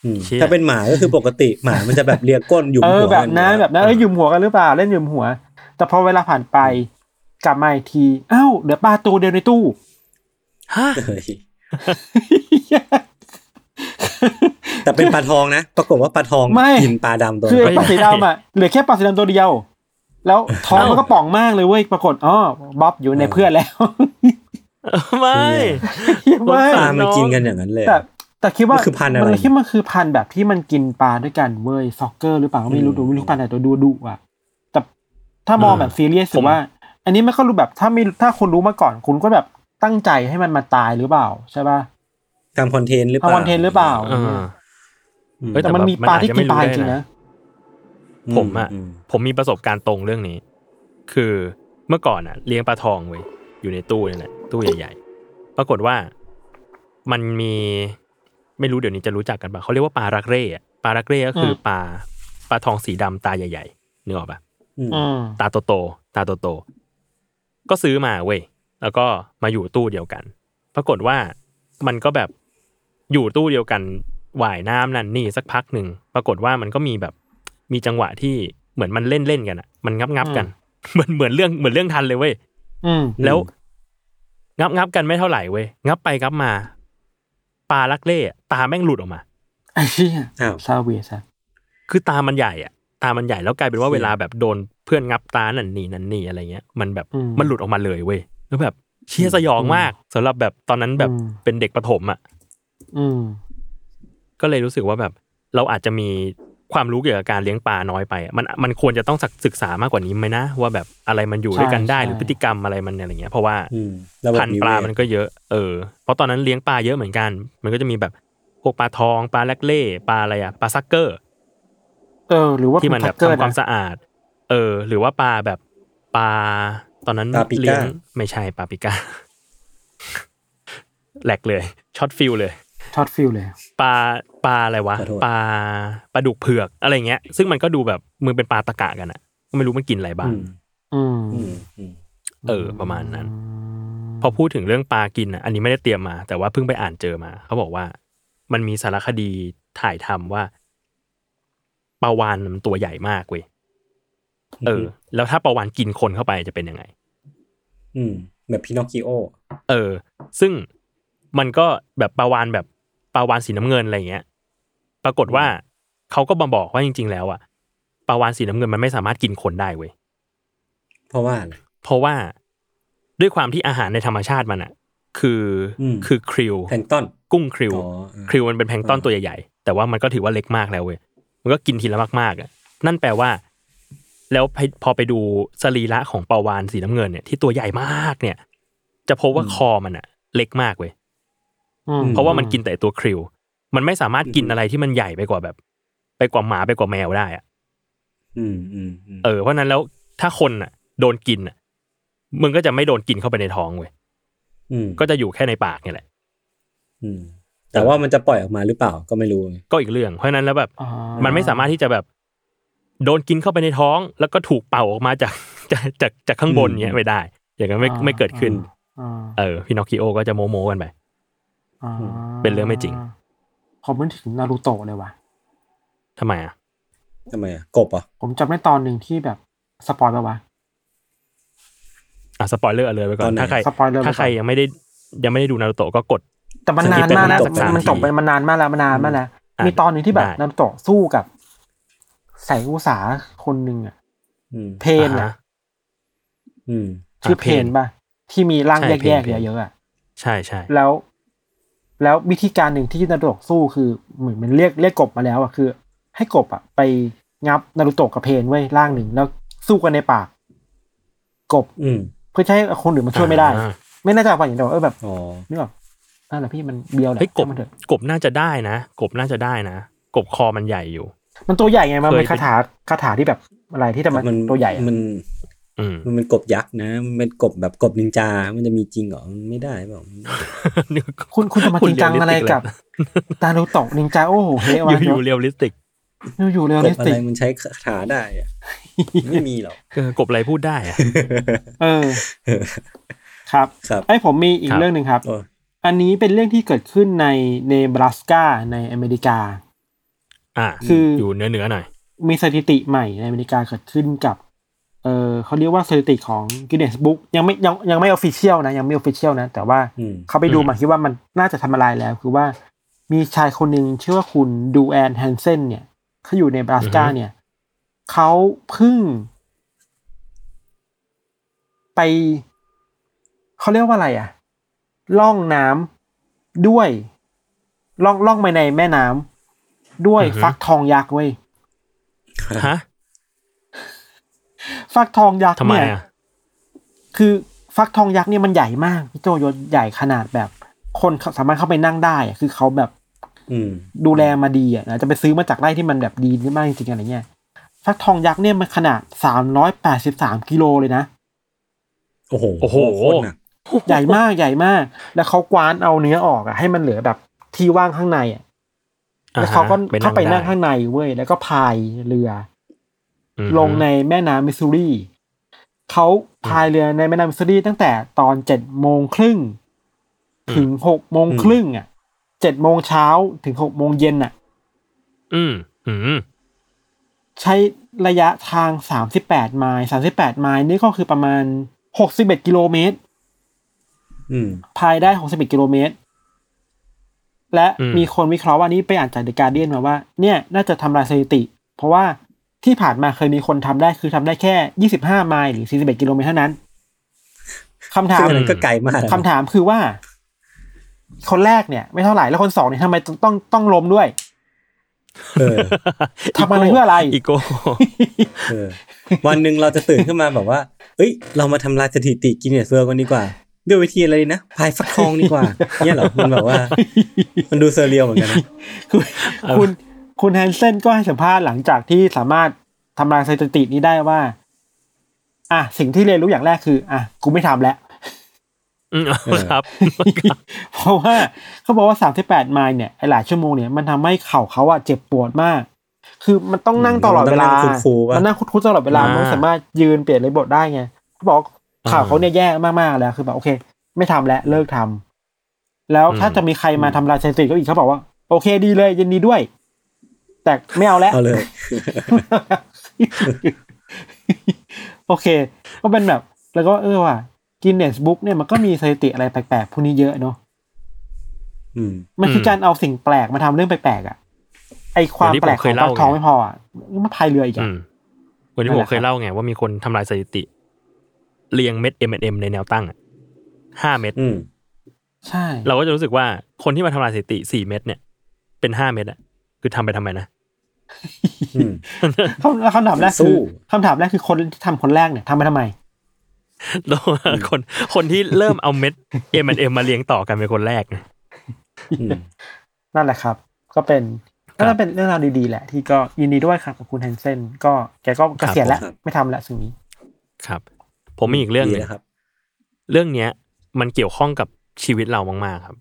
D: อืม
C: เชี่ย
D: ถ้าเป็นหมาก็คือปกติ [LAUGHS] หมามันจะแบบเลียก้นอยู่
B: เอ
D: หั
B: อ
D: ว
B: แบบนั้นแบบนั้นเอ้ยหยุมหัวกันหรือเปล่าเล่นหยุมหัว แต่พอเวลาผ่านไปกลับมาอีกทีอ้าวเดี๋ยวปลาตัวเดียวในตู้
C: ฮะ
D: เฮ้ยแต่เป็นปลาทองนะ ปรากฏว่าปลาทอง
B: ไม่
D: กินปลาดำตัว
B: คือ
D: นั้น
B: ไอ้ปลาสีดำอ่ะเหลือแค่ปลาสีดำตัวเดียว แล้วท้องมันก็ป่องมากเลยเว้ยปรากฏอ๋อบ๊อบอยู่ในเพื่อนแล้ว [LAUGHS]
C: ไม่
B: เหี้ย
C: สง
B: มาก
C: ส
D: ปลามันกินกันอย่างนั้นเลย
B: แต่
D: อะ
B: แต่ แต่คิดว่า
D: มันคือพันธุ์อะไร
B: มันคิดมันคือพันธุ์แบบที่มันกินปลาด้วยกันเว้ยซ็อกเกอร์หรือเปล่าก็ไม่รู้ดูไม่รู้พันธุ์ไหนแต่ดูดุอ่ะแต่ถ้ามองแบบซีเรียส
C: ผ
B: ถื
C: ม
B: อว่า อันนี้มันก็รู้แบบถ้ามีถ้าคุณรู้มาก่อนคุณก็แบบตั้งใจให้มันมาตายหรือเปล่าใช่ป่ะ
D: ทำคอนเทนต์หรือเป
B: ทำ
D: ล่า
B: คอนเทนต์หรือเปล่า
C: อ่า
D: อืม
C: เฮ้ย แต่
B: แต่มันมี
C: แบบมัน
B: ปลา
C: อาจ
B: ที่
C: จะ
B: กินปลา
C: ไม่
B: จริ
C: รู้
B: งๆ
C: ได้นะ
B: นะ
C: ผมอะ
D: ม
C: ผมมีประสบการณ์ตรงเรื่องนี้ คือเมื่อก่อนอะเลี้ยงปลาทองไว้ยอยู่ในตู้นี่แหละตู้ใหญ่ ๆ ปรากฏว่ามันมีไม่รู้เดี๋ยวนี้จะรู้จักกันปะเขาเรียกว่าปลารักเร่อะปลารักเร่ก็คืออ
B: ม
C: ปลาปลาทองสีดำตาใหญ่ๆนึกออกปะ
D: อืม
B: อืม
C: ตาโตโตๆตาโตโตๆก็ซื้อมาเว้ย แล้วก็มาอยู่ตู้เดียวกัน ปรากฏว่ามันก็แบบอยู่ตู้เดียวกันหว่ายน้ำนั่นนี่สักพักหนึ่ง ปรากฏว่ามันก็มีแบบมีจังหวะที่เหมือนมันเล่นเล่นๆกันอะมันงับงับๆกัน [LAUGHS] เหมือนเหมือนเรื่องเหมือนเรื่องทันเลยเว้ย
B: อืม
C: แล้วงับงับๆกันไม่เท่าไหร่เว้ย งับไปงับมาปลาลักเล่อะตาแม่งหลุดออกมา
B: ไอ้เหี้ย
D: อ้าว
B: ซาเวียซะ
C: คือตามันใหญ่อะตามันใหญ่แล้วกลายเป็นว่า
D: เชี่ย
C: เวลาแบบโดนเพื่อนงับตานั่นนี่นั่นนี่อะไรเงี้ย มันแบบมันหลุดออกมาเลยเว้ยแล้วแบบเชี่ยสยองมากสำหรับแบบตอนนั้นแบบเป็นเด็กประถมอะ
B: อืม
C: ก็เลยรู้สึกว่าแบบเราอาจจะมีความรู้เกี่ยวกับการเลี้ยงปลาน้อยไปอะมันมันควรจะต้องศึกษามากกว่านี้ไหมนะ ว่าแบบอะไรมันอยู่ด้วยกันได้
B: ใช่
C: หรือพฤติกรรมอะไรมันอะไรเงี้ยเพราะว่า
D: อืมระบบ
C: พันธุ์
D: เวศ
C: ปลามันก็เยอะ เออ เพราะตอนนั้นเลี้ยงปลาเยอะเหมือนกัน มันก็จะมีแบบพวกปลาทอง ปลาแรกเล่ ปลาอะไรอะปลาซักเกอร์
B: เออ หรือว่า
C: ที่มัน
B: เป็
C: แบ
B: ทั
C: บ
B: กเกอร์
C: ทำความ
B: นะ
C: สะอาด เออ หรือว่าปลาแบบปลาตอนนั้น
D: ปลาปิก้า
C: เลี้ยงไม่ใช่ปลาปิก้า [LAUGHS] แหลกเลยช็อตฟิลเลย
B: ช็อตฟิลเลย
C: ปลาปลาอะไรวะ
D: ขอโทษ
C: ปลาปลาดุกเผือกอะไรเงี้ย ซึ่งมันก็ดูแบบมึงเป็นปลาตะกะกันอะก็ไม่รู้มันกินอะไรบ้าง
D: อืม
B: อืม
D: อืมอืม
C: เออ ประมาณนั้น พอพูดถึงเรื่องปลากินอ่ะ อันนี้ไม่ได้เตรียมมา แต่ว่าเพิ่งไปอ่านเจอมา เขาบอกว่า มันมีสารคดีถ่ายทำว่าปลาวานมันตัวใหญ่มากเว้ย เออ แล้วถ้าปลาวานกินคนเข้าไปจะเป็นยังไง
D: อืมแบบพินอคคิโอ
C: เออ ซึ่งมันก็แบบปลาวานแบบปลาวานสีน้ำเงินอะไรเงี้ย ปรากฏว่าเขาก็มาบอกว่าจริง ๆ แล้วอ่ะปลาวานสีน้ำเงินมันไม่สามารถกินคนได้เว้ย
D: เพราะว่าอะไร
C: เพราะว่าด้วยความที่อาหารในธรรมชาติมันอ่ะ คืออ
D: ม
C: คือคริล
D: แพลงก์ต้น
C: กุ้งคริว
D: อ๋ออ่า
C: คริวมันเป็นแพลงก์ต้น
D: อ่า
C: ตัวใหญ่ๆ แต่ว่ามันก็ถือว่าเล็กมากแล้วเว้ย มันก็กินทีละมากๆอ่ะ นั่นแปลว่า แล้วพอพอไปดูสรีระของปลาวานสีน้ำเงินเนี่ยที่ตัวใหญ่มากเนี่ย จะพบว่าคอมันอ่ะ เล็กมากเว้ย
B: อืม
C: เพราะว่ามันกินแต่ตัวคริว มันไม่สามารถกินอะไรที่มันใหญ่ไปกว่าแบบ ไปกว่าหมาไปกว่าแมวได้อ่ะ
D: อืมอืมอืม
C: เออ เพราะฉะนั้นแล้วถ้าคนอ่ะ โดนกินอ่ะ มึงก็จะไม่โดนกินเข้าไปในท้องเว้ย
D: อืม
C: ก็จะอยู่แค่ในปากเนี่ยแหละ
D: อืมแต่ว่ามันจะปล่อยออกมาหรือเปล่าก็ไม่รู้ไง
C: ก็อีกเรื่อง เพราะฉะนั้นแล้วแบบ
B: อ่า
C: มันไม่สามารถที่จะแบบ โดนกินเข้าไปในท้อง แล้วก็ถูกเป่าออกมาจาก [LAUGHS] จากจากจากข้างบนเนี้ยไม่ได้ อย่างนั้นไม่ไม่เกิดขึ้น
B: อ่า
C: เออพินอคคิโอก็จะโมโมกันไป
B: อ่า
C: เป็นเรื่องไม่จริง
B: ผมนึกถึงนารูโตะเลยว่ะ
C: ทำไมอ่ะ
D: ทำไมอ่ะกบเหรอ่ะ
B: ผมจำได้ตอนหนึ่งที่แบบสปอยล์ปะวะ
C: อ่ะสปอยเลอร์เลยไว้ก่อน ถ้าใคร
B: สปอยเลอร์ไว้ก่อน
C: ถ้าใครยังไม่ได้ยังไม่ได้ดูนารูโตะก็กด
B: แต่มันนานมากแล้ว
C: สักสาม
B: มันจบไป
C: ที
B: มันนานมากแล้วมันนานมากแล้ว
C: อ่ะ
B: มีตอนหนึ่งที่แบบ
C: ได้
B: นารูโตะสู้กับสายอุตสาคนหนึ่งอะ
D: อืม
B: เพน
C: อ่า
B: อะ
C: ฮะ
D: อืม
B: ชื่อเพนปะที่มีร่าง
C: ใช่
B: แยก
C: เพ
B: ๆ
C: น
B: เยอะๆอะ
C: ใช่ใช่
B: แล้ว แล้ววิธีการหนึ่งที่นารูโตะสู้คือเหมือนมันเรียกเรียกกบมาแล้วอะคือ ให้กบอะไปงับนารูโตะกับเพนไว้ยร่างหนึ่งแล้วสู้กันในปาก กบ
D: อืม
B: เพื่อจะให้คนอื่นมาช่วยไม่ได้
C: อ่า
B: ไม่น่าจะเอาไปอย่างเดียวเออแบบ
D: อ๋อ
B: นึกออกนั่นแหละพี่มันเบียวแหละ
C: เฮ้ยกบ
B: ช่างมันเถอะ
C: กบน่าจะได้นะ กบน่าจะได้นะ กบคอมันใหญ่อยู่
B: มันตัวใหญ่ไงมัน
C: เคย
B: เป็นคาถาคาถาที่แบบอะไรที่ทำมันตัวใหญ่อะ
D: มัน
C: อืม
D: มันเป็นกบยักษ์นะ มันเป็นกบแบบกบนินจา มันจะมีจริงเหรอมันไม่ได้เปล่า
B: คุณคุณจะมาจริงจังอะไรกับตาลูโตะนินจาโอ้โหเฮ้ย
C: อยู่
B: วะ
C: อยู่เรียลลิสติก
B: อยู่อยู่เรียล
D: ก
B: ลิ
D: บ
B: ส
D: อะ
B: ติ
D: ไร
B: ก
D: มันใช้คาถาได้อะ ไม่มีหรอก [LAUGHS]
C: เออกบอะไรพูดได้อะ
B: เออ ครับ
D: ครับ
B: ไอ้ยผมมีอี
C: ค
B: ก
C: รับ
B: เรื่องหนึ่งครับ
D: โอ้
B: อันนี้เป็นเรื่องที่เกิดขึ้นในเนบราสกาในอเมริกา
C: อ่า
B: คืออ
C: ยู่เนื้อเนื้อๆหน่อย
B: มีสถิติใหม่ในอเมริกาเกิดขึ้นกับ เออเขาเรียกว่าสถิติของ Guinness Book ยังไม่ยังยังไม่ออฟฟิเชียลนะ ยังไม่ออฟฟิเชียลนะ แต่ว่า
D: อืม
B: เขาไปดู
C: อืม
B: มาคิดว่ามันน่าจะทำลายแล้ว คือว่ามีชายคนหนึ่งชื่อว่าคุณดูแอนแฮนเซนเนี่ยเขาอยู่ในบราสกาเนี่ยเขาเพึ่ง ไป เขาเรียกว่าอะไรอะล่องน้ำด้วย ล่องล่องไปในแม่น้ำด้วย
C: อือฮึ
B: ฟักทองยักษ์เว้ย
C: ฮะ
B: ฟักทองยักษ์
C: ทำไม
B: เนี่ย
C: อ่ะ
B: คือฟักทองยักษ์เนี่ยมันใหญ่มากพี่โจยศใหญ่ขนาดแบบ คนเขาสามารถเข้าไปนั่งได้อะคือเขาแบบ
D: อืม
B: ดูแลมาดีอ่ะนะจะไปซื้อมาจากไร่ที่มันแบบดีมากจริงๆอะไรเงี้ยฟักทองยักษ์เนี่ยมันขนาดสามร้อยแปดสิบสามกิโลเลยนะ
D: โอ้โห
C: โอ้โห
D: คตรหนัก
B: ใหญ่มากใหญ่มาก แล้วเขากว้านเอาเนื้อออกอ่ะให้มันเหลือแบบที่ว่างข้างในอ่ะแล้วเขาก็
C: อ่ฮะ
B: เข้าไปนั่ง
C: ด้
B: ข้างในเว้ยแล้วก็พายเรือ
C: อืม
B: ลงในแม่น้ำมิสซูรีเขาพายเรือในแม่น้ำมิสซูรีตั้งแต่ตอนเจ็ดโมงครึ่งถึงหกโมงครึ่งอ่ะเจ็ดโมงเช้าถึงหกโมงเย็นอ่ะ
C: อืมอืม
B: ใช้ระยะทางสามสิบแปดไมล์สามสิบแปดไมล์นี่ก็คือประมาณหกสิบเอ็ดกิโลเมตร
D: อืม
B: ภายได้ 61 กิโลเมตร และมีคนวิเคราะห์ว่านี่ไปอ่านจากเดอะการ์เดียนมาว่า เนี่ยน่าจะทำลายสถิติ เพราะว่าที่ผ่านมาเคยมีคนทำได้คือทำได้แค่ 25 ไมล์หรือ 41 กิโลเมตรเท่านั้นคำถา
D: ซึ่ง
B: ม
D: อันนั้นก็ไกลมาก
B: คำถามคือว่า คนแรกเนี่ย ไม่เท่าไหร่แล้วคนสองเนี่ยทำไมต้องต้องต้องล้มด้วย
D: เออ
B: ทำอะไรเพื่ออะไร
C: อีโก้ [LAUGHS]
D: เออ วันหนึ่งเราจะตื่นขึ้นมาแบบว่า เอ้ย เรามาทำลายสถิติกินเนสเวิร์กันดีกว่า ด้วยวิธีอะไรดีนะ พายฟักทองดีกว่า เนี่ยเหรอ มันแบบว่า มันดูเซอร์เรียลเหมือนกันนะ
B: คุณคุณคุณแฮนเซนก็ให้สัมภาษณ์หลังจากที่สามารถทำลายสถิตินี้ได้ว่า อ่ะสิ่งที่เรียนรู้อย่างแรกคือ อ่ะกูไม่ทำแล้ว
C: อืม
D: เออ
C: ครับ
B: เพราะว่าเขาบอกว่า 38 ไมล์เนี่ยไอหลายชั่วโมงเนี่ยมันทำให้เข่าเขาอะเจ็บปวดมาก คือมันต้องนั่งตลอดเวลา
D: มันต้องนั่งคุดคูปะ
B: มันนั่งคุดคูตลอดเวลา
C: อ่า
B: มัน
C: มั
B: ไม่สามารถยืนเปลี่ยนเลยบทได้ไงเขาบอกเข่าเขาเนี่ยแย่มากๆแล้วคือแบบโอเค ไม่ทำแล้วเลิกทำแล้วถ้า
C: อืม
B: จะมีใครมาทำลายสถิติก็อีกเขาบอกว่า โอเคดีเลยยินดีด้วย แต่ไม่เอาแล้ว
D: เอาเลย
B: โอเค ก็เป็นแบบ แล้วก็เออว่ะกินเนสบุ๊กเนี่ยมันก็มีสถิติอะไรแปลกๆพวกนี้เยอะเนาะ
D: อืม
B: มันคือ
C: ม
B: การเอาสิ่งแปลกมาทำเรื่องแปลกๆอ่ะ ไอความ
C: เหมือนที่
B: แปลก
C: ผ
B: ข
C: มเค
B: อย ง
C: เล่า
B: ปลาทอง
C: ไง
B: ไม่พออ่ะมันพายเรืออีก
C: อื
B: อ่ะ
C: มวันนี้
B: นั่นแหละ
C: ผมเคยเล่าไงว่ามีคนทำลายสถิติ เรียงเม็ด M&M ในแนวตั้งอะห้าเม็ด
D: อืม
B: ใช่
C: เราก็จะรู้สึกว่าคนที่มาทำลายสถิติสี่เม็ดเนี่ย เป็นห้าเม็ดอะคือทำไปทำไมนะ
D: อืม
B: คำคำถามแรก
D: สู้
B: คือคำถามแรกคือคนที่ทำคนแรกเนี่ยทำไปทำไม
C: แล้วคนคนที่เริ่มเอาเม็ด M&M มาเรียงต่อกันเป็นคนแรกไง
D: อืม
B: นั่นแหละครับ ก็เป็น
C: ครับ
B: ก็เป็นเรื่องราวดีๆแหละ ที่ก็ยินดีด้วยครับกับคุณแฮนเซนก็แกก็เกษียณแล้ว
D: ครับ
B: ไม่ทำแล้วสิ่งนี้
C: ครับ ผมมีอีกเรื่องห
D: ดี
C: นึง
D: นะครับ
C: เรื่องเนี้ยมันเกี่ยวข้องกับชีวิตเรามากๆครับ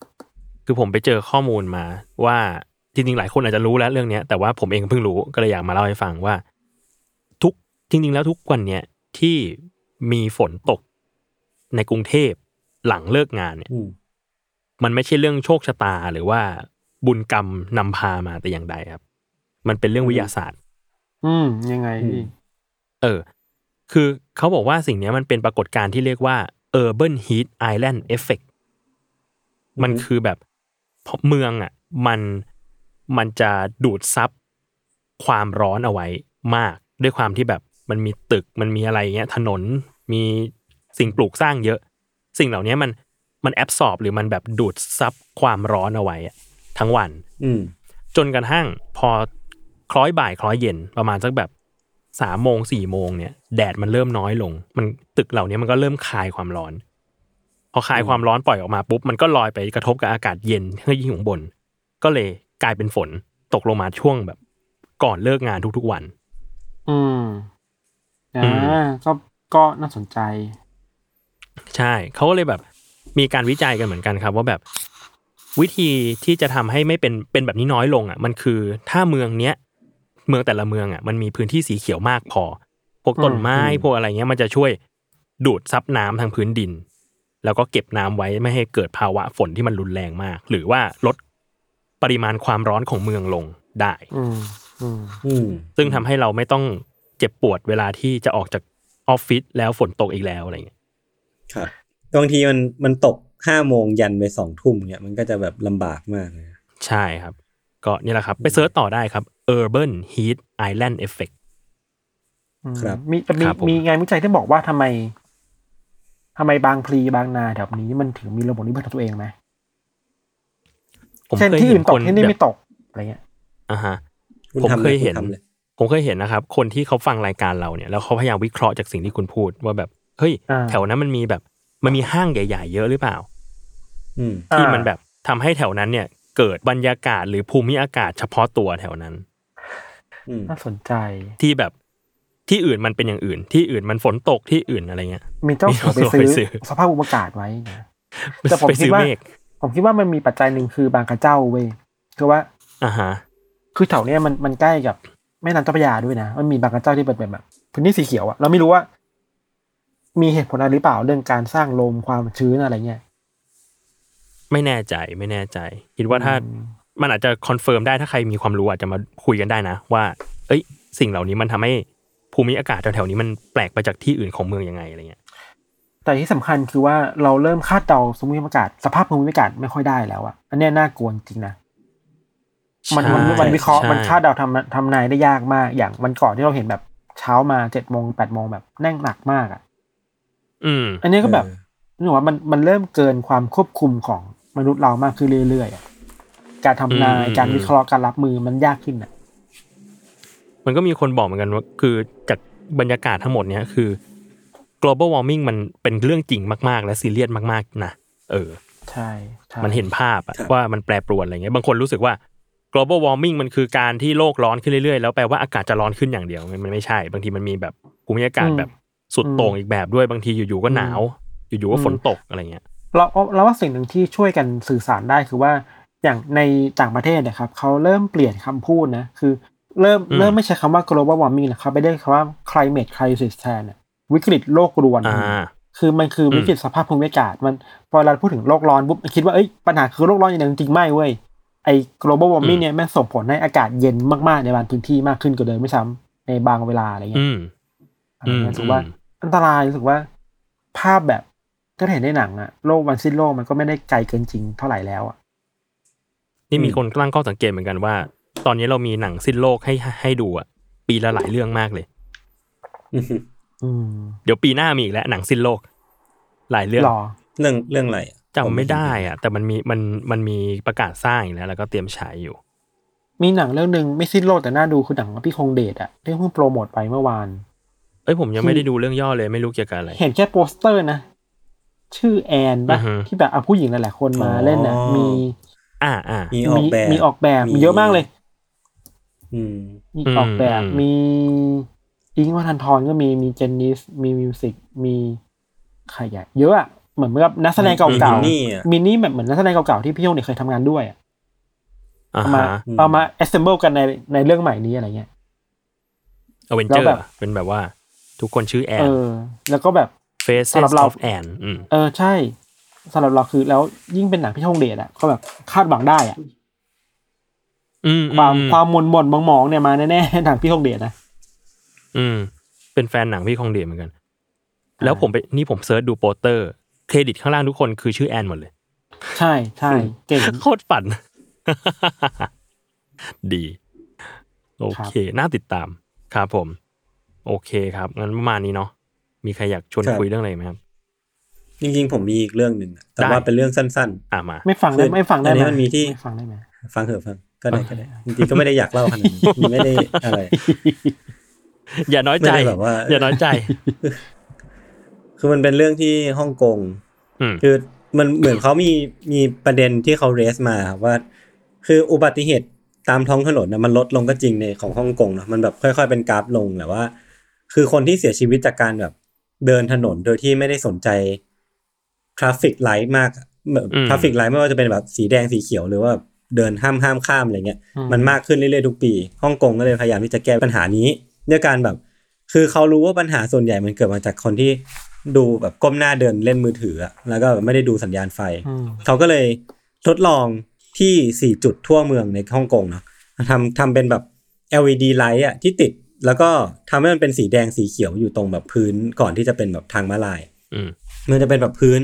C: คือผมไปเจอข้อมูลมาว่าจริงๆหลายคนอาจจะรู้แล้วเรื่องเนี้ยแต่ว่าผมเองเพิ่งรู้ก็เลยอยากมาเล่าให้ฟังว่า ทุกจริง ๆ แล้วทุกวันเนี้ยที่มีฝนตกในกรุงเทพหลังเลิกงานเนี่ย
D: อืม
C: มันไม่ใช่เรื่องโชคชะตาหรือว่าบุญกรรมนำพามาแต่อย่างใดครับ มันเป็นเรื่องวิทยาศาสตร์
B: อืม ยังไง
D: อื
B: พี่
D: ม
C: เออ คือเขาบอกว่าสิ่งเนี้ยมันเป็นปรากฏการณ์ที่เรียกว่า urban heat island effect มันคือแบบเพราะเมืองอ่ะ มันมันจะดูดซับความร้อนเอาไว้มาก ด้วยความที่แบบมันมีตึกมันมีอะไรเงี้ย ถนนมีสิ่งปลูกสร้างเยอะ สิ่งเหล่านี้มันมันแอบสอบหรือมันแบบดูดซับความร้อนเอาไว้อะทั้งวัน
D: อืม
C: จนกระทั่งพอคล้อยบ่ายคล้อยเย็นประมาณสักแบบสามโมงสี่โมงเนี่ย แดดมันเริ่มน้อยลง มันตึกเหล่านี้มันก็เริ่มคายความร้อน พอคายความร้อนปล่อยออกมาปุ๊บ มันก็ลอยไปกระทบกับอากาศเย็นเฮ้ยอยู่ข้างบน ก็เลยกลายเป็นฝนตกลงมาช่วงแบบ ก่อนเลิกงานทุกๆวัน
B: อืมอ่
C: อื
B: าก็ก็น่าสนใจ
C: ใช่เขาก็เลยแบบมีการวิจัยกันเหมือนกันครับ ว่าแบบวิธีที่จะทำให้ไม่เป็นเป็นแบบนี้น้อยลงอ่ะ มันคือถ้าเมืองเนี้ยเมืองแต่ละเมืองอ่ะมันมีพื้นที่สีเขียวมากพอ พวกต้นไม้
D: อืม
C: พวกอะไรเงี้ยมันจะช่วยดูดซับน้ำทางพื้นดิน แล้วก็เก็บน้ำไว้ไม่ให้เกิดภาวะฝนที่มันรุนแรงมาก หรือว่าลดปริมาณความร้อนของเมืองลงได้
B: อืม อืม
D: อืม
C: ซึ่งทำให้เราไม่ต้องเจ็บปวดเวลาที่จะออกจากออฟฟิศแล้วฝนตกอีกแล้วอะไรเงี้ย
D: ครับบางทีมันมันตกห้าโมงยันไปสองทุ่มเนี่ยมันก็จะแบบลำบากมากเลยนะ
C: ใช่ครับ ก็นี่แหละครับ ไปเซิร์ชต่อได้ครับ Urban Heat Island Effect
B: มีแต่มี
C: ครับผม
B: มีงานวิจัยที่บอกว่าทำไมทำไมบางพลีบางนาแถบนี้มันถึงมีระบบนิเวศของตัวเองไหม
C: ผม ผม
B: เช่น
C: เคย
B: ที่
C: เห็
B: อื่
C: น
B: นต
C: ค
B: ก
C: น
B: ที่นี่
C: แบบ
B: ไม่ตกอะไรเงี้ย
C: อ่าฮะ
D: คุณ
C: ผม
D: ทำล
C: เคยเห็น
D: ณทำล
C: ผมเคยเห็นนะครับ คนที่เขาฟังรายการเราเนี่ยแล้วเขาพยายามวิเคราะห์จากสิ่งที่คุณพูดว่าแบบเฮ้ย
B: อ่า
C: แถวนั้นมันมีแบบมันมีห้างใหญ่ ๆ เยอะหรือเปล่า
D: อืม
C: ที่มัน
B: อ่า
C: แบบทำให้แถวนั้นเนี่ย เกิดบรรยากาศหรือภูมิอากาศเฉพาะตัวแถวนั้น
D: อืม
B: น่าสนใจ
C: ที่แบบที่อื่นมันเป็นอย่างอื่น ที่อื่นมันฝนตกที่อื่นอะไรเงี้ย
B: มีเจ้าสัวไป
C: มีเจ้า
B: ซื้อ
C: สัวไปซื้อ
B: สภาพอุปกาศไว้นะ แต่ผม
C: ไป
B: คิ
C: ซื้
B: ด
C: อ
B: ว่า
C: เมฆ
B: ผมคิดว่ามันมีปัจจัยหนึ่งคือบางกระเจ้าเว้ยคือว่า
C: อ่าฮะ
B: คือแถวเนี้ยมันมันใกล้กับแม่น้ำเจ้าพระยาด้วยนะมันมีบางกระเจ้าที่เป็นแบบพื้นที่สีเขียวอะเราไม่รู้ว่า มีเหตุผลอะไรหรือเปล่าเรื่องการสร้างลมความชื้นอะไรเงี้ย
C: ไม่แน่ใจไม่แน่ใจ คิดว่าถ้ามันอาจจะคอนเฟิร์มได้ถ้าใครมีความรู้อาจจะมาคุยกันได้นะ ว่า เอ้ย สิ่งเหล่านี้มันทำให้ภูมิอากาศแถวๆนี้มันแปลกไปจากที่อื่นของเมืองยังไงอะไรเงี้ย
B: แต่ที่สำคัญคือว่าเราเริ่มคาดเดาสมมติอากาศ สภาพภูมิอากาศไม่ค่อยได้แล้วอะอันเนี้ยน่ากลัวจริงนะมันมัน
C: ใช่
B: มันวิเคราะห์
C: ใช่
B: มันคาดเดาทำทำนายได้ยากมาก อย่างวันก่อนที่เราเห็นแบบเช้ามาเจ็ดโมงแปดโมงแบบแน่งหนักมากอะ
C: อืม
B: อันเนี้ยก็แบบ
D: เอ
B: นึกว่ามันมันเริ่มเกินความควบคุมของมนุษย์เรามากขึ้นเรื่อยๆอะการทำนาย
C: อืม
B: การวิเคราะห์การรับมือมันยากขึ้นอะ
C: มันก็มีคนบอกเหมือนกันว่า คือจากบรรยากาศทั้งหมดเนี้ยคือ global warming มันเป็นเรื่องจริงมากๆ และซีเรียสมากๆนะเออ
B: ใช่ใช่
C: มันเห็นภาพอะ
D: ครับ
C: ว่ามันแปรปรวนอะไรเงี้ยบางคนรู้สึกว่า global warming มันคือการที่โลกร้อนขึ้นเรื่อยๆ แล้วแปลว่าอากาศจะร้อนขึ้นอย่างเดียวมันมันไม่ใช่ บางทีมันมีแบบภูมิอากาศแบบสุดโต่งอีกแบบด้วยบางทีอยู่ๆก็หนาว อยู่ๆก็ฝนตกอะไรเงี้ย
B: เราเราว่าสิ่งหนึ่งที่ช่วยกันสื่อสารได้คือว่าอย่างในต่างประเทศเนะครับเขาเริ่มเปลี่ยนคำพูดนะคือ เริ่ม
C: อืม
B: เริ่มไม่ใช้คำว่า global warming นะครับไปเรียกคำว่า climate crisis แทนอะวิกฤตโลกรวน
C: อ่า
B: คือมันคืออ
C: ม
B: วิกฤตสภาพภูมิอากาศ มันพอเราพูดถึงโลกร้อนปุ๊บคิดว่าเอ้ยปัญหาคือโลกร้อนอย่างเดียวจริงๆไม่เว้ยไอ้ global warming เนี่ยแม่งส่งผลให้อากาศเย็นมากๆในบางพื้นที่มากขึ้นกว่าเดิมไม่ซ้ำในบางเวลาอะไรเงี้ย
C: อืม อืม
B: รู้สึกว่า
C: อืม
B: อันตรายรู้สึกว่าภาพแบบก็เห็นในหนังอะโลกวันสิ้นโลกมันก็ไม่ได้ไกลเกินจริงเท่าไหร่แล้วอะ
C: นี่มีคนตั้งข้อสังเกตเหมือนกันว่า ตอนนี้เรามีหนังสิ้นโลกให้ให้ดูอะปีละหลายเรื่องมากเลย
D: อืม
B: อืม
C: เดี๋ยวปีหน้ามีอีกแล้วหนังสิ้นโลก หลายเรื่อง
B: หรอ
D: เรื่องเรื่องอะไรอะ
C: จำไม่ได้อะแต่มันมีมันมันมีประกาศสร้างอีกแล้วแล้วก็เตรียมฉายอยู่
B: มีหนังเรื่องหนึ่งไม่สิ้นโลกแต่น่าดูคือหนังของพี่คงเดชอะที่เพิ่งโปรโมทไปเมื่อวาน
C: เอ้ยผมยังไม่ได้ดูเรื่องย่อเลยไม่รู้เกี่ยวกับอะไร
B: เห็นแค่โปสเตอร์นะ ชื่อแอนปะ
C: อือฮึ
B: ที่แบบเอาผู้หญิงหลายๆคนมาเล่นนะมี
C: อ่าอ่า
D: มีออก
B: มี
D: แบบ
B: มีออกแบบมีเยอะมากเลย
D: อืม
B: มีออกแบบ
C: อืม
B: มีอิงค์วัฒนทรก็มีมีเจนนิสมีมิวสิกมีใครอะเยอะอะเหมือนกับนักแสดงเก่า
D: มีมินนี่อะ
B: ๆมินนี่แบบเหมือนนักแสดงเก่าๆที่พี่โยงเนี่ยเคยทำงานด้วยอะ
C: อ่า
B: เอามา
C: ฮะ
D: อืม
B: เอามา assemble กันในในเรื่องใหม่นี้อะไรเงี้ย
C: อเวนเจ
B: แล้
C: อ
B: ว
C: ร์
B: แบบ
C: เป็นแบบว่าทุกคนชื่อแอน
B: เออ แล้วก็แบบ
C: เฟส
B: สำหรับเรา
C: ออฟแอนอืม
B: เออใช่สำหรับเราคือแล้วยิ่งเป็นหนังพี่ทงเดชอ่ะก็แบบคาดหวังได้อ่ะ
C: อืม
B: ความ
C: อื
B: ความมนมนมองมองๆเนี่ยมาแน่ๆ หนังพี่ทงเดชนะ
C: อืม เป็นแฟนหนังพี่คองเดชเหมือนกัน แล้วผมไปนี่ผมเซิร์ชดูโปสเตอร์ เครดิตข้างล่างทุกคนคือชื่อแอนหมดเลย
B: ใช่ใช่เก่ง
C: โคตรฝัน [LAUGHS] ดี โอเค น่าติดตามครับผม โอเคครับ งั้นประมาณนี้เนาะมีใครอยากชวน
D: ครับ
C: คุยเรื่องอะไรไหมครับ
D: จริงๆ ผมมีอีกเรื่องหนึ่งอะแต่
C: ได้
D: ว่าเป็นเรื่องสั้น
C: อ่ามา
B: ไม่ฟังได้ไหมไม่ฟังได้
D: อัน
B: ไห
D: นี้มันมีที่
B: ไม่ฟังได้ไหม
D: ๆ ฟังเถอะฟังก็ได้ก็ได้จริงๆก็ไม่ได้อยากเล่าขนาดนี้น [LAUGHS] ไม่ได้อะไร
C: อย่าน้อยใจ
D: ไม่ได้แบบว่า
C: อย่าน้อยใจ
D: คือมันเป็นเรื่องที่ฮ่องกง
C: อืม
D: คือมันเหมือนเขามีมีประเด็นที่เขาเรสมาครับว่า คืออุบัติเหตุตามท้องถนนนะมันลดลงก็จริงในของฮ่องกงเนอะมันแบบค่อย ๆ เป็นกราฟลงแต่ว่า คือคนที่เสียชีวิตจากการแบบเดินถนนโดยที่ไม่ได้สนใจทราฟิกไลท์มากแบบ
C: อืม
D: ทราฟิกไลท์ไม่ว่าจะเป็นแบบสีแดงสีเขียวหรือว่าเดินห้ามห้ามข้ามอะไรเงี้ย มันมากขึ้นเรื่อยๆทุกปีฮ่องกงก็เลยพยายามที่จะแก้ปัญหานี้ด้วยการแบบ คือเขารู้ว่าปัญหาส่วนใหญ่มันเกิดมาจากคนที่ดูแบบก้มหน้าเดินเล่นมือถืออะแล้วก็แบบไม่ได้ดูสัญญาณไฟ
B: อืม
D: เขาก็เลยทดลองที่ 4 จุดทั่วเมืองในฮ่องกงเนาะทำทำเป็นแบบ LED light อะที่ติด แล้วก็ทำให้มันเป็นสีแดงสีเขียวอยู่ตรงแบบพื้นก่อนที่จะเป็นแบบทางม้าลาย
C: อืม
D: มันจะเป็นแบบพื้น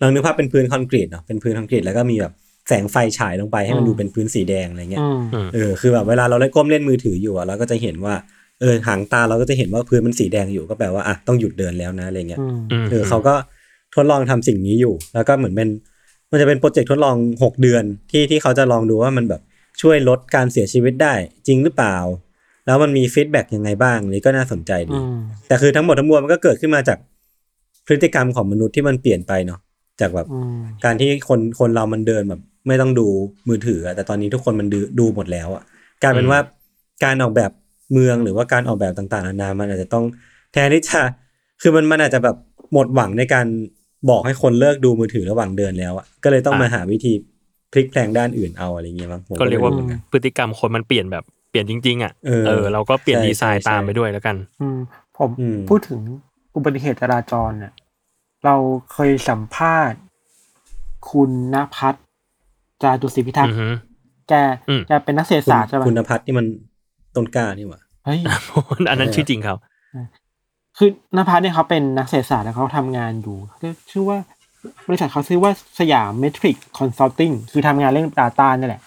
D: ลองนึกภาพเป็นพื้นคอนกรีตเนาะเป็นพื้นคอนกรีตแล้วก็มีแบบแสงไฟฉายลงไปให้มันดูเป็นพื้นสีแดงอะไรเงี้ย
B: อืม
D: เออคือแบบเวลาเราเล่นก้มเล่นมือถืออยู่อะเราก็จะเห็นว่าเออหางตาเราก็จะเห็นว่าพื้นมันสีแดงอยู่ก็แปลว่าอ่ะต้องหยุดเดินแล้วนะอะไรเงี้ย
B: อืม
C: อืม
D: เออเขาก็ทดลองทำสิ่งนี้อยู่ แล้วก็เหมือนเป็น มันจะเป็นโปรเจกต์ทดลอง 6 เดือนที่ที่เขาจะลองดูว่ามันแบบช่วยลดการเสียชีวิตได้จริงหรือเปล่า แล้วมันมีฟีดแบ็กยังไงบ้างนี่ก็น่าสนใจดี
B: อืม
D: แต่คือทั้งหมดทั้งมวลมันก็เกิดขึ้นมาจากพฤติกรรมของมนุษย์ที่มันเปลี่ยนไปเนาะจากแบบ
B: อืม
D: การที่คนคนเรามันเดินแบบ ไม่ต้องดูมือถืออะแต่ตอนนี้ทุกคนมันดูดูหมดแล้วอะกลายเป็นว่าการออกแบบเมืองหรือว่าการออกแบบต่างๆนานามันอาจจะต้องแทนที่จะคือมันมันอาจจะแบบหมดหวังในการบอกให้คนเลิกดูมือถือระหว่างเดินแล้วอะก็เลยต้อง
C: อ่ะ
D: มาหาวิธีพลิกแพลงด้านอื่นเอาอะไรเงี้ยมั้งผม
C: ก็เรียกว่า
D: ไม่หมือนน
C: พฤติกรรมคนมันเปลี่ยนแบบเปลี่ยนจริง ๆ อ่ะ
D: เออ
C: เราก็เปลี่ยน
D: ใช่
C: ดีไซน์
D: ใช่
C: ตามไปด้วยแล้วกัน
B: อืมผม
D: อืม
B: พูดถึงอุบัติเหตุจราจรเนี่ยเราเคยสัมภาษณ์ คุณนภัสจาตุศรีพิทัก
C: อื
B: ษ์
C: อฮึ [LAUGHS]
B: แก
C: อืม
B: แกเป็นนักเศรษฐ
D: คุณ
B: ศาสตร์ใช่ไหม
D: คุณพัฒน์ที่มันต้นกล้านี่หว่า
B: เฮ้ย
C: อันนั้นชื่อจริงเขา
B: คือนภัสเนี่ยเขาเป็นนักเศรษฐศาสตร์แล้วเขาทำงานอยู่ชื่อว่าบริษัทเขาชื่อว่าสยามเมทริกคอนซัลทิงคือทำงานเรื่อง Data นี่แหละ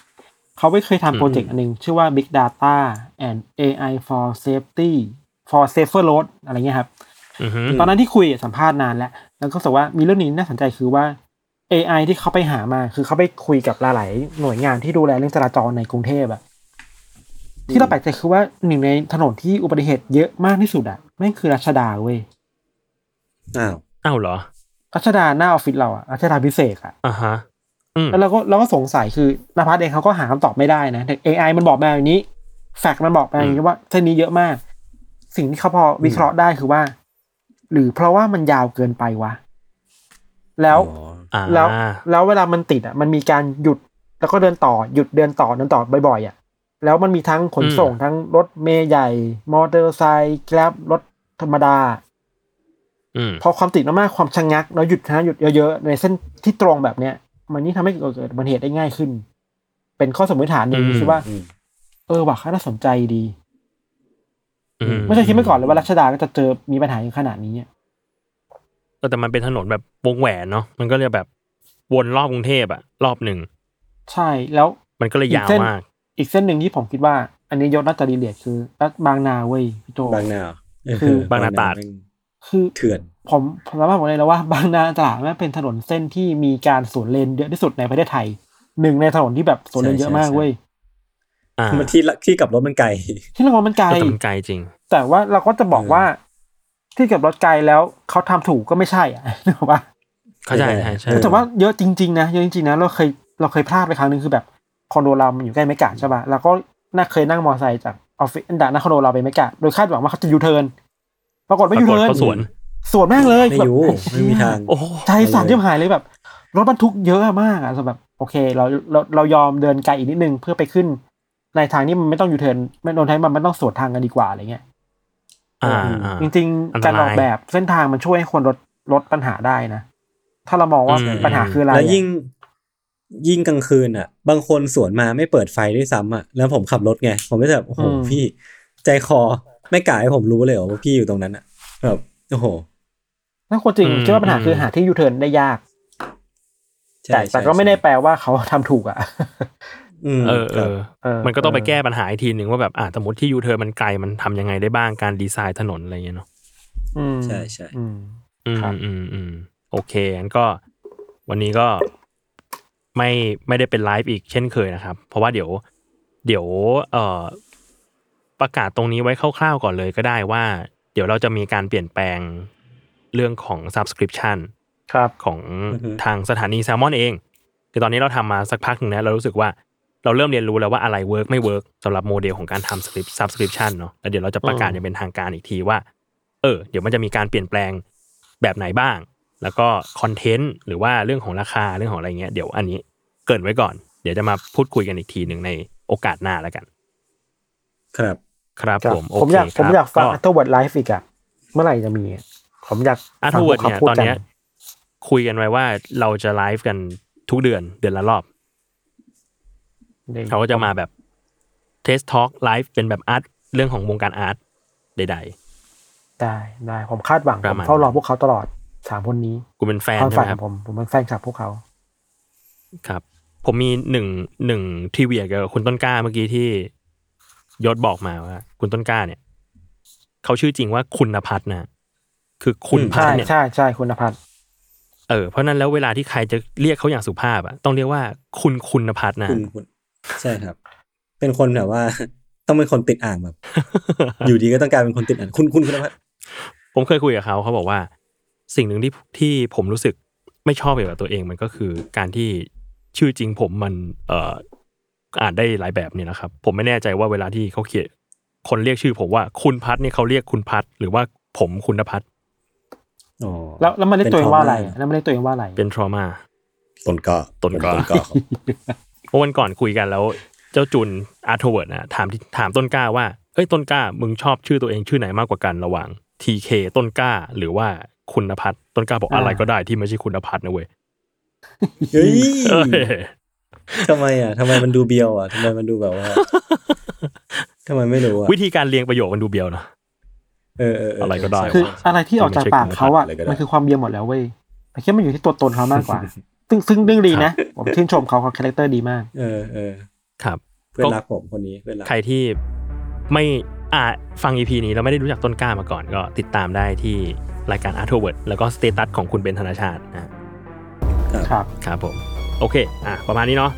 B: เขาไปเคยทำโปรเจกต์อันหนึง ชื่อว่า Big Data and AI for Safety for Safer Road อะไรเงี้ยครับ
C: อือฮึ
B: ตอนนั้นที่คุยอะสัมภาษณ์นานแล้ว แล้วก็รู้สึกว่ามีเรื่องนี้น่าสนใจคือว่า AI ที่เขาไปหามาคือเขาไปคุยกับหลายๆหน่วยงานที่ดูแลเรื่องจราจรในกรุงเทพอะที่เราแปลกใจคือว่าหนึ่งในถนนที่อุบัติเหตุเยอะมากที่สุดอะแม่งคือรัชดาเว้ย
D: อ้าว
C: อ้าวเหรอ
B: รัชดาหน้าออฟฟิศเราอะรัชดาพิเศษกอะ
C: อ่าฮะ อืม
B: แล้วเราก็เราก็สงสัยคือนภัสเองเขาก็หาคำตอบไม่ได้นะแต่ AI มันบอกมาอย่างนี้ แฟกต์มันบอกมาอย่างนี้ว่าเส้นนี้เยอะมาก สิ่งที่เขาพอวิเคราะห์ได้คือว่า หรือเพราะว่ามันยาวเกินไปวะ แล้ว
D: อ๋อ
C: อ่า
B: แล้วแล้วเวลามันติดอ่ะมันมีการหยุดแล้วก็เดินต่อหยุดเดินต่อเดินต่อบ่อยๆอ่ะแล้วมันมีทั้งขนส่งทั้งรถเมย์ใหญ่ มอเตอร์ไซค์แกร็บรถธรรมดา
C: อืม
B: พอความติดมากๆความชะงงัก แล้วหยุดชะงักหยุดเยอะๆ ในเส้นที่ตรงแบบเนี้ย มันนี่งทำให้เกิดอุบัติเหตุได้ง่ายขึ้น เป็นข้อสมมติฐานหนึ่งคิดว่า
D: อืม
B: เออว่ะค่าน่าสนใจดี
C: อื
B: ไม่เคยคิดมาก่อนเลยว่ารัชดาก็จะเจอมีปัญหาอย่างขนาดนี้อะ
C: เออแต่มันเป็นถนนแบบวงแหวนเนาะมันก็เลยแบบวนรอบกรุงเทพอะรอบหนึ่ง
B: ใช่แล้ว
C: มันก็เลยยาว
B: อีกเส้น
C: มาก
B: อีกเส้นหนึ่งที่ผมคิดว่า อันนี้ยศน่าจะรีเลียคือรัชบางนาเว้ยพี่โจ
D: บางนาเหร
B: คือ
C: บางนาตราด
B: คือ
D: เถื่อน
B: ผมผมสามารถบอกเลยแล้วว่าบางนาตราดแม่งเป็นถนนเส้นที่มีการสวนเลนเยอะที่สุดในประเทศไทย หนึ่งในถนนที่แบบสวนเลนเยอะมากเว้ย
C: อ่า
D: มันที่ละที่กลับรถมันไกล
B: ที่เรามองมันไกล
C: เออแต่มันไกลจริง
B: แต่ว่าเราก็จะบอก
D: เออ
B: ว่า ที่เก็บรถไกลแล้วเขาทำถูกก็ไม่ใช่อะ นึกออกปะ
C: เข้าใจใช่ใช่
D: เออ
B: แต่ว่าเยอะจริงๆนะเยอะจริงๆนะเราเคยเราเคยพลาดไปครั้งหนึ่งคือแบบคอนโดเรามันอยู่ใกล้เมกาใช่ปะเราก็น่าเคยนั่งมอเตอร์ไซค์จากออฟฟิศด่านหน้าคอนโดเราไปเมกาโดยคาดหวังว่าเขาจะยูเทิร์นปรากฏไม่
C: ปรา
B: ยู
C: กฏ
B: เทิร์น
C: เขาสวน
B: สวนแม่งเลย
D: ไม่อยู่
B: แบบ
D: ไม่มีทาง
C: โอ้โห
B: ใจสั่นยิ่หายเลยแบบ รถบรรทุกเยอะมากอะแบบโอเค เราเราเรายอมเดินไกลอีกนิดนึงเพื่อไปขึ้น ในทางที่มันไม่ต้องยูเทิร์นไม่โดนท้ายมันไม่ต้องสวนทางกันดีกว่าอะไรเงี้ย
C: อ่าอ่า
B: จริง
C: อัน
B: ๆ
C: ตราย
B: การออกแบบเส้นทางมันช่วยให้คนลดลดปัญหาได้นะ ถ้าเรามองว่า
C: อืม
B: ปัญหาคืออะไร
D: แล้วยิ่ง
B: อะ
D: ยิ่งกลางคืนอ่ะ บางคนสวนมาไม่เปิดไฟด้วยซ้ำอ่ะ แล้วผมขับรถไง ผมก็จะแบบโอ้โหพี่ใจคอไม่กล้าให้ผมรู้เลยเหรอว่าพี่อยู่ตรงนั้นอ่ะแบบโอ้โห
B: นั่นควรจริง
C: อืม
B: คิดว่าปัญหาคือ
C: อืม
B: หาที่ยูเทิร์นได้ยาก
D: ใช่
B: แต่แต่
D: ใช่
B: ก็ไม่ได้
D: ใช่
B: แปลว่าเขาทำถูกอ่ะ
D: ม
C: เออเออ
B: เออ
C: มันก็ต้องไป
B: เออ
C: แก้ปัญหาอีกทีหนึ่งว่าแบบอ่าสมมติที่ยูเทิร์นมันไกลมันทำยังไงได้บ้างการดีไซน์ถนนอะไรเงี้ยเนาะ
B: อืม
D: ใช่ใช่
B: อืม
C: อืม
B: ครับ
C: อืมอืมโอเคงั้นก็วันนี้ก็ไม่ไม่ได้เป็นไลฟ์อีกเช่นเคยนะครับ เพราะว่าเดี๋ยว เดี๋ยวเอ่อประกาศตรงนี้ไว้คร่าวๆก่อนเลยก็ได้ว่า เดี๋ยวเราจะมีการเปลี่ยนแปลงเรื่องของ subscription
B: ครับ
C: ของทางสถานีแซลมอนเอง คือตอนนี้เราทำมาสักพักหนึ่งแล้วเรารู้สึกว่าเราเริ่มเรียนรู้แล้วว่าอะไรเวิร์กไม่เวิร์กสำหรับโมเดลของการทำสคริปต์ซับสคริปชันเนาะแล้วเดี๋ยวเราจะประกาศ
B: อืม
C: อย่างเป็นทางการอีกทีว่า เออ เดี๋ยวมันจะมีการเปลี่ยนแปลงแบบไหนบ้าง แล้วก็คอนเทนต์หรือว่าเรื่องของราคาเรื่องของอะไรเงี้ยเดี๋ยวอันนี้เกรินไว้ก่อน เดี๋ยวจะมาพูดคุยกันอีกทีหนึ่งในโอกาสหน้าแล้วกัน
D: ครับ
C: ครับ
B: ครับ
C: ผมโอ
B: ผม
C: เค
B: อยาก
C: ค
B: ผม
C: รับ
B: อยากฟัง
C: ก็
B: อัตเวิร์ดไลฟ์อีกอ่ะเมื่อไหร่จะมีอะผมอยาก
C: อาร์ท
B: ฟัง
C: เวิร์ด
B: พวกขาพู
C: เนี่ยตอน
B: กั
C: เนี้ยคุยกันไว้ว่าเราจะไลฟ์กันทุกเดือนเดือนละรอบ
B: ดี๋ยว
C: เขาก็จะมาแบบเทสท็อกไลฟ์เป็นแบบอาร์ตเรื่องของวงการอาร์ตใด
B: ได้ได้ผมคาดหวัง
C: ป
B: ผ
C: ระ
B: ม
C: มาณ
B: เฝ้ารอพวกเขาตลอดสามคนนี้
C: ๆ กูเป็นแฟน
B: ความ
C: ใช่
B: ฝั
C: ไห
B: นขอ
C: มครับ
B: งผมผมเป็นแฟนคลับพวกเขา
C: ครับ ผมมีหนึ่งหนึ่งทีเวียกับคุณต้นกล้าเมื่อกี้ที่ยศบอกมาว่า คุณต้นกล้าเนี่ย เขาชื่อจริงว่าคุณพัฒน์นะคือคุณพัฒ
B: ใช่
C: น์เนี่ย
B: ใช่ใช่คุณพัฒน์
C: เออเพราะฉะนั้นแล้วเวลาที่ใครจะเรียกเขาอย่างสุภาพอะต้องเรียกว่าคุณคุณพัฒน์นะ
D: คุณคุณใช่ครับ เป็นคนแบบว่า ต้องเป็นคนติดอ่างแบบ อยู่ดีก็ต้องกลายเป็นคนติดอ่างคุณคุณคุณนภัทร
C: ผมเคยคุยกับเขาเขาบอกว่า สิ่งหนึ่งที่ที่ผมรู้สึกไม่ชอบเกี่ยวกับตัวเองมันก็คือการที่ชื่อจริงผมมันเอ่ออ่านได้หลายแบบเนี่ยนะครับ ผมไม่แน่ใจว่าเวลาที่เขาเขียนคนเรียกชื่อผมว่าคุณพัฒน์เนี่ยเขาเรียกคุณพัฒน์หรือว่าผมคุณพัฒน์
D: อ๋อ
B: แล้วแล้วมันเรียกตัวเองว่าอะไร
D: ป็น
B: แล้วมันเรียกตัวเองว่าอะไร
C: เป็นทรมา
D: ต้นก็
C: ต้นก็
D: ก็ครับ
C: เมื่อวันก่อนคุยกันแล้วเจ้าจุนอาร์ทเวิร์ดนะถามที่ถามต้นกล้าว่าเอ้ยต้นกล้ามึงชอบชื่อตัวเองชื่อไหนมากกว่ากันระหว่าง TK ต้นกล้าหรือว่าคุณพัฒน์ต้นกล้าบอก
B: อ่า
C: อะไรก็ได้ที่ไม่ใช่คุณพัฒน์นะเว้ย
D: เฮ้ย
C: เอ้ย
D: ทำไมอ่ะทำไมมันดูเบียวอ่ะทำไมมันดูแบบว่าทำไมไม่รู้อ่ะ
C: วิธีการเรียงประโยคมันดูเบียวนะ
D: เออเออเ
C: อะไรก็ได้
B: คือ
D: ใช่
B: อะไรที่ออกจากปากเขาอ่ะ
D: ไม่ใช่คุณภาพ
B: มันคือความเบียร์หมดแล้วเว้ยแต่แค่มันอยู่ที่ตัวตนเขามากกว่า ซึ่งซึ่งเรื่องดีนะ ผมชื่นชมเขาเขาคาแรคเตอร์ดีมาก
D: เออเออ
C: ครับ
D: เพื่อนรักผมคนนี้เพื่อนรัก
C: ใครที่ไม่อ่าฟัง EP นี้แล้วไม่ได้รู้จักต้นกล้ามาก่อน ก็ติดตามได้ที่รายการ Art Forward แล้วก็สเตตัสของคุณเบนธนชาตินะ
B: รับ
C: ครับผม โอเค อ่ะ ประมาณนี้เนาะ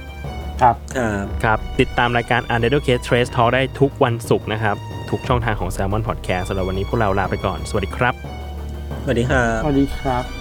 B: ครับ
D: ครับ
C: ครับ ติดตามรายการ u n d e r t a k e Trace Talk ได้ทุกวันศุกร์นะครับ ทุกช่องทางของ Salmon Podcast สำหรับวันนี้พวกเราลาไปก่อน สวัสดีครับ
D: สวัสดีครับ
B: สวัสดีครับ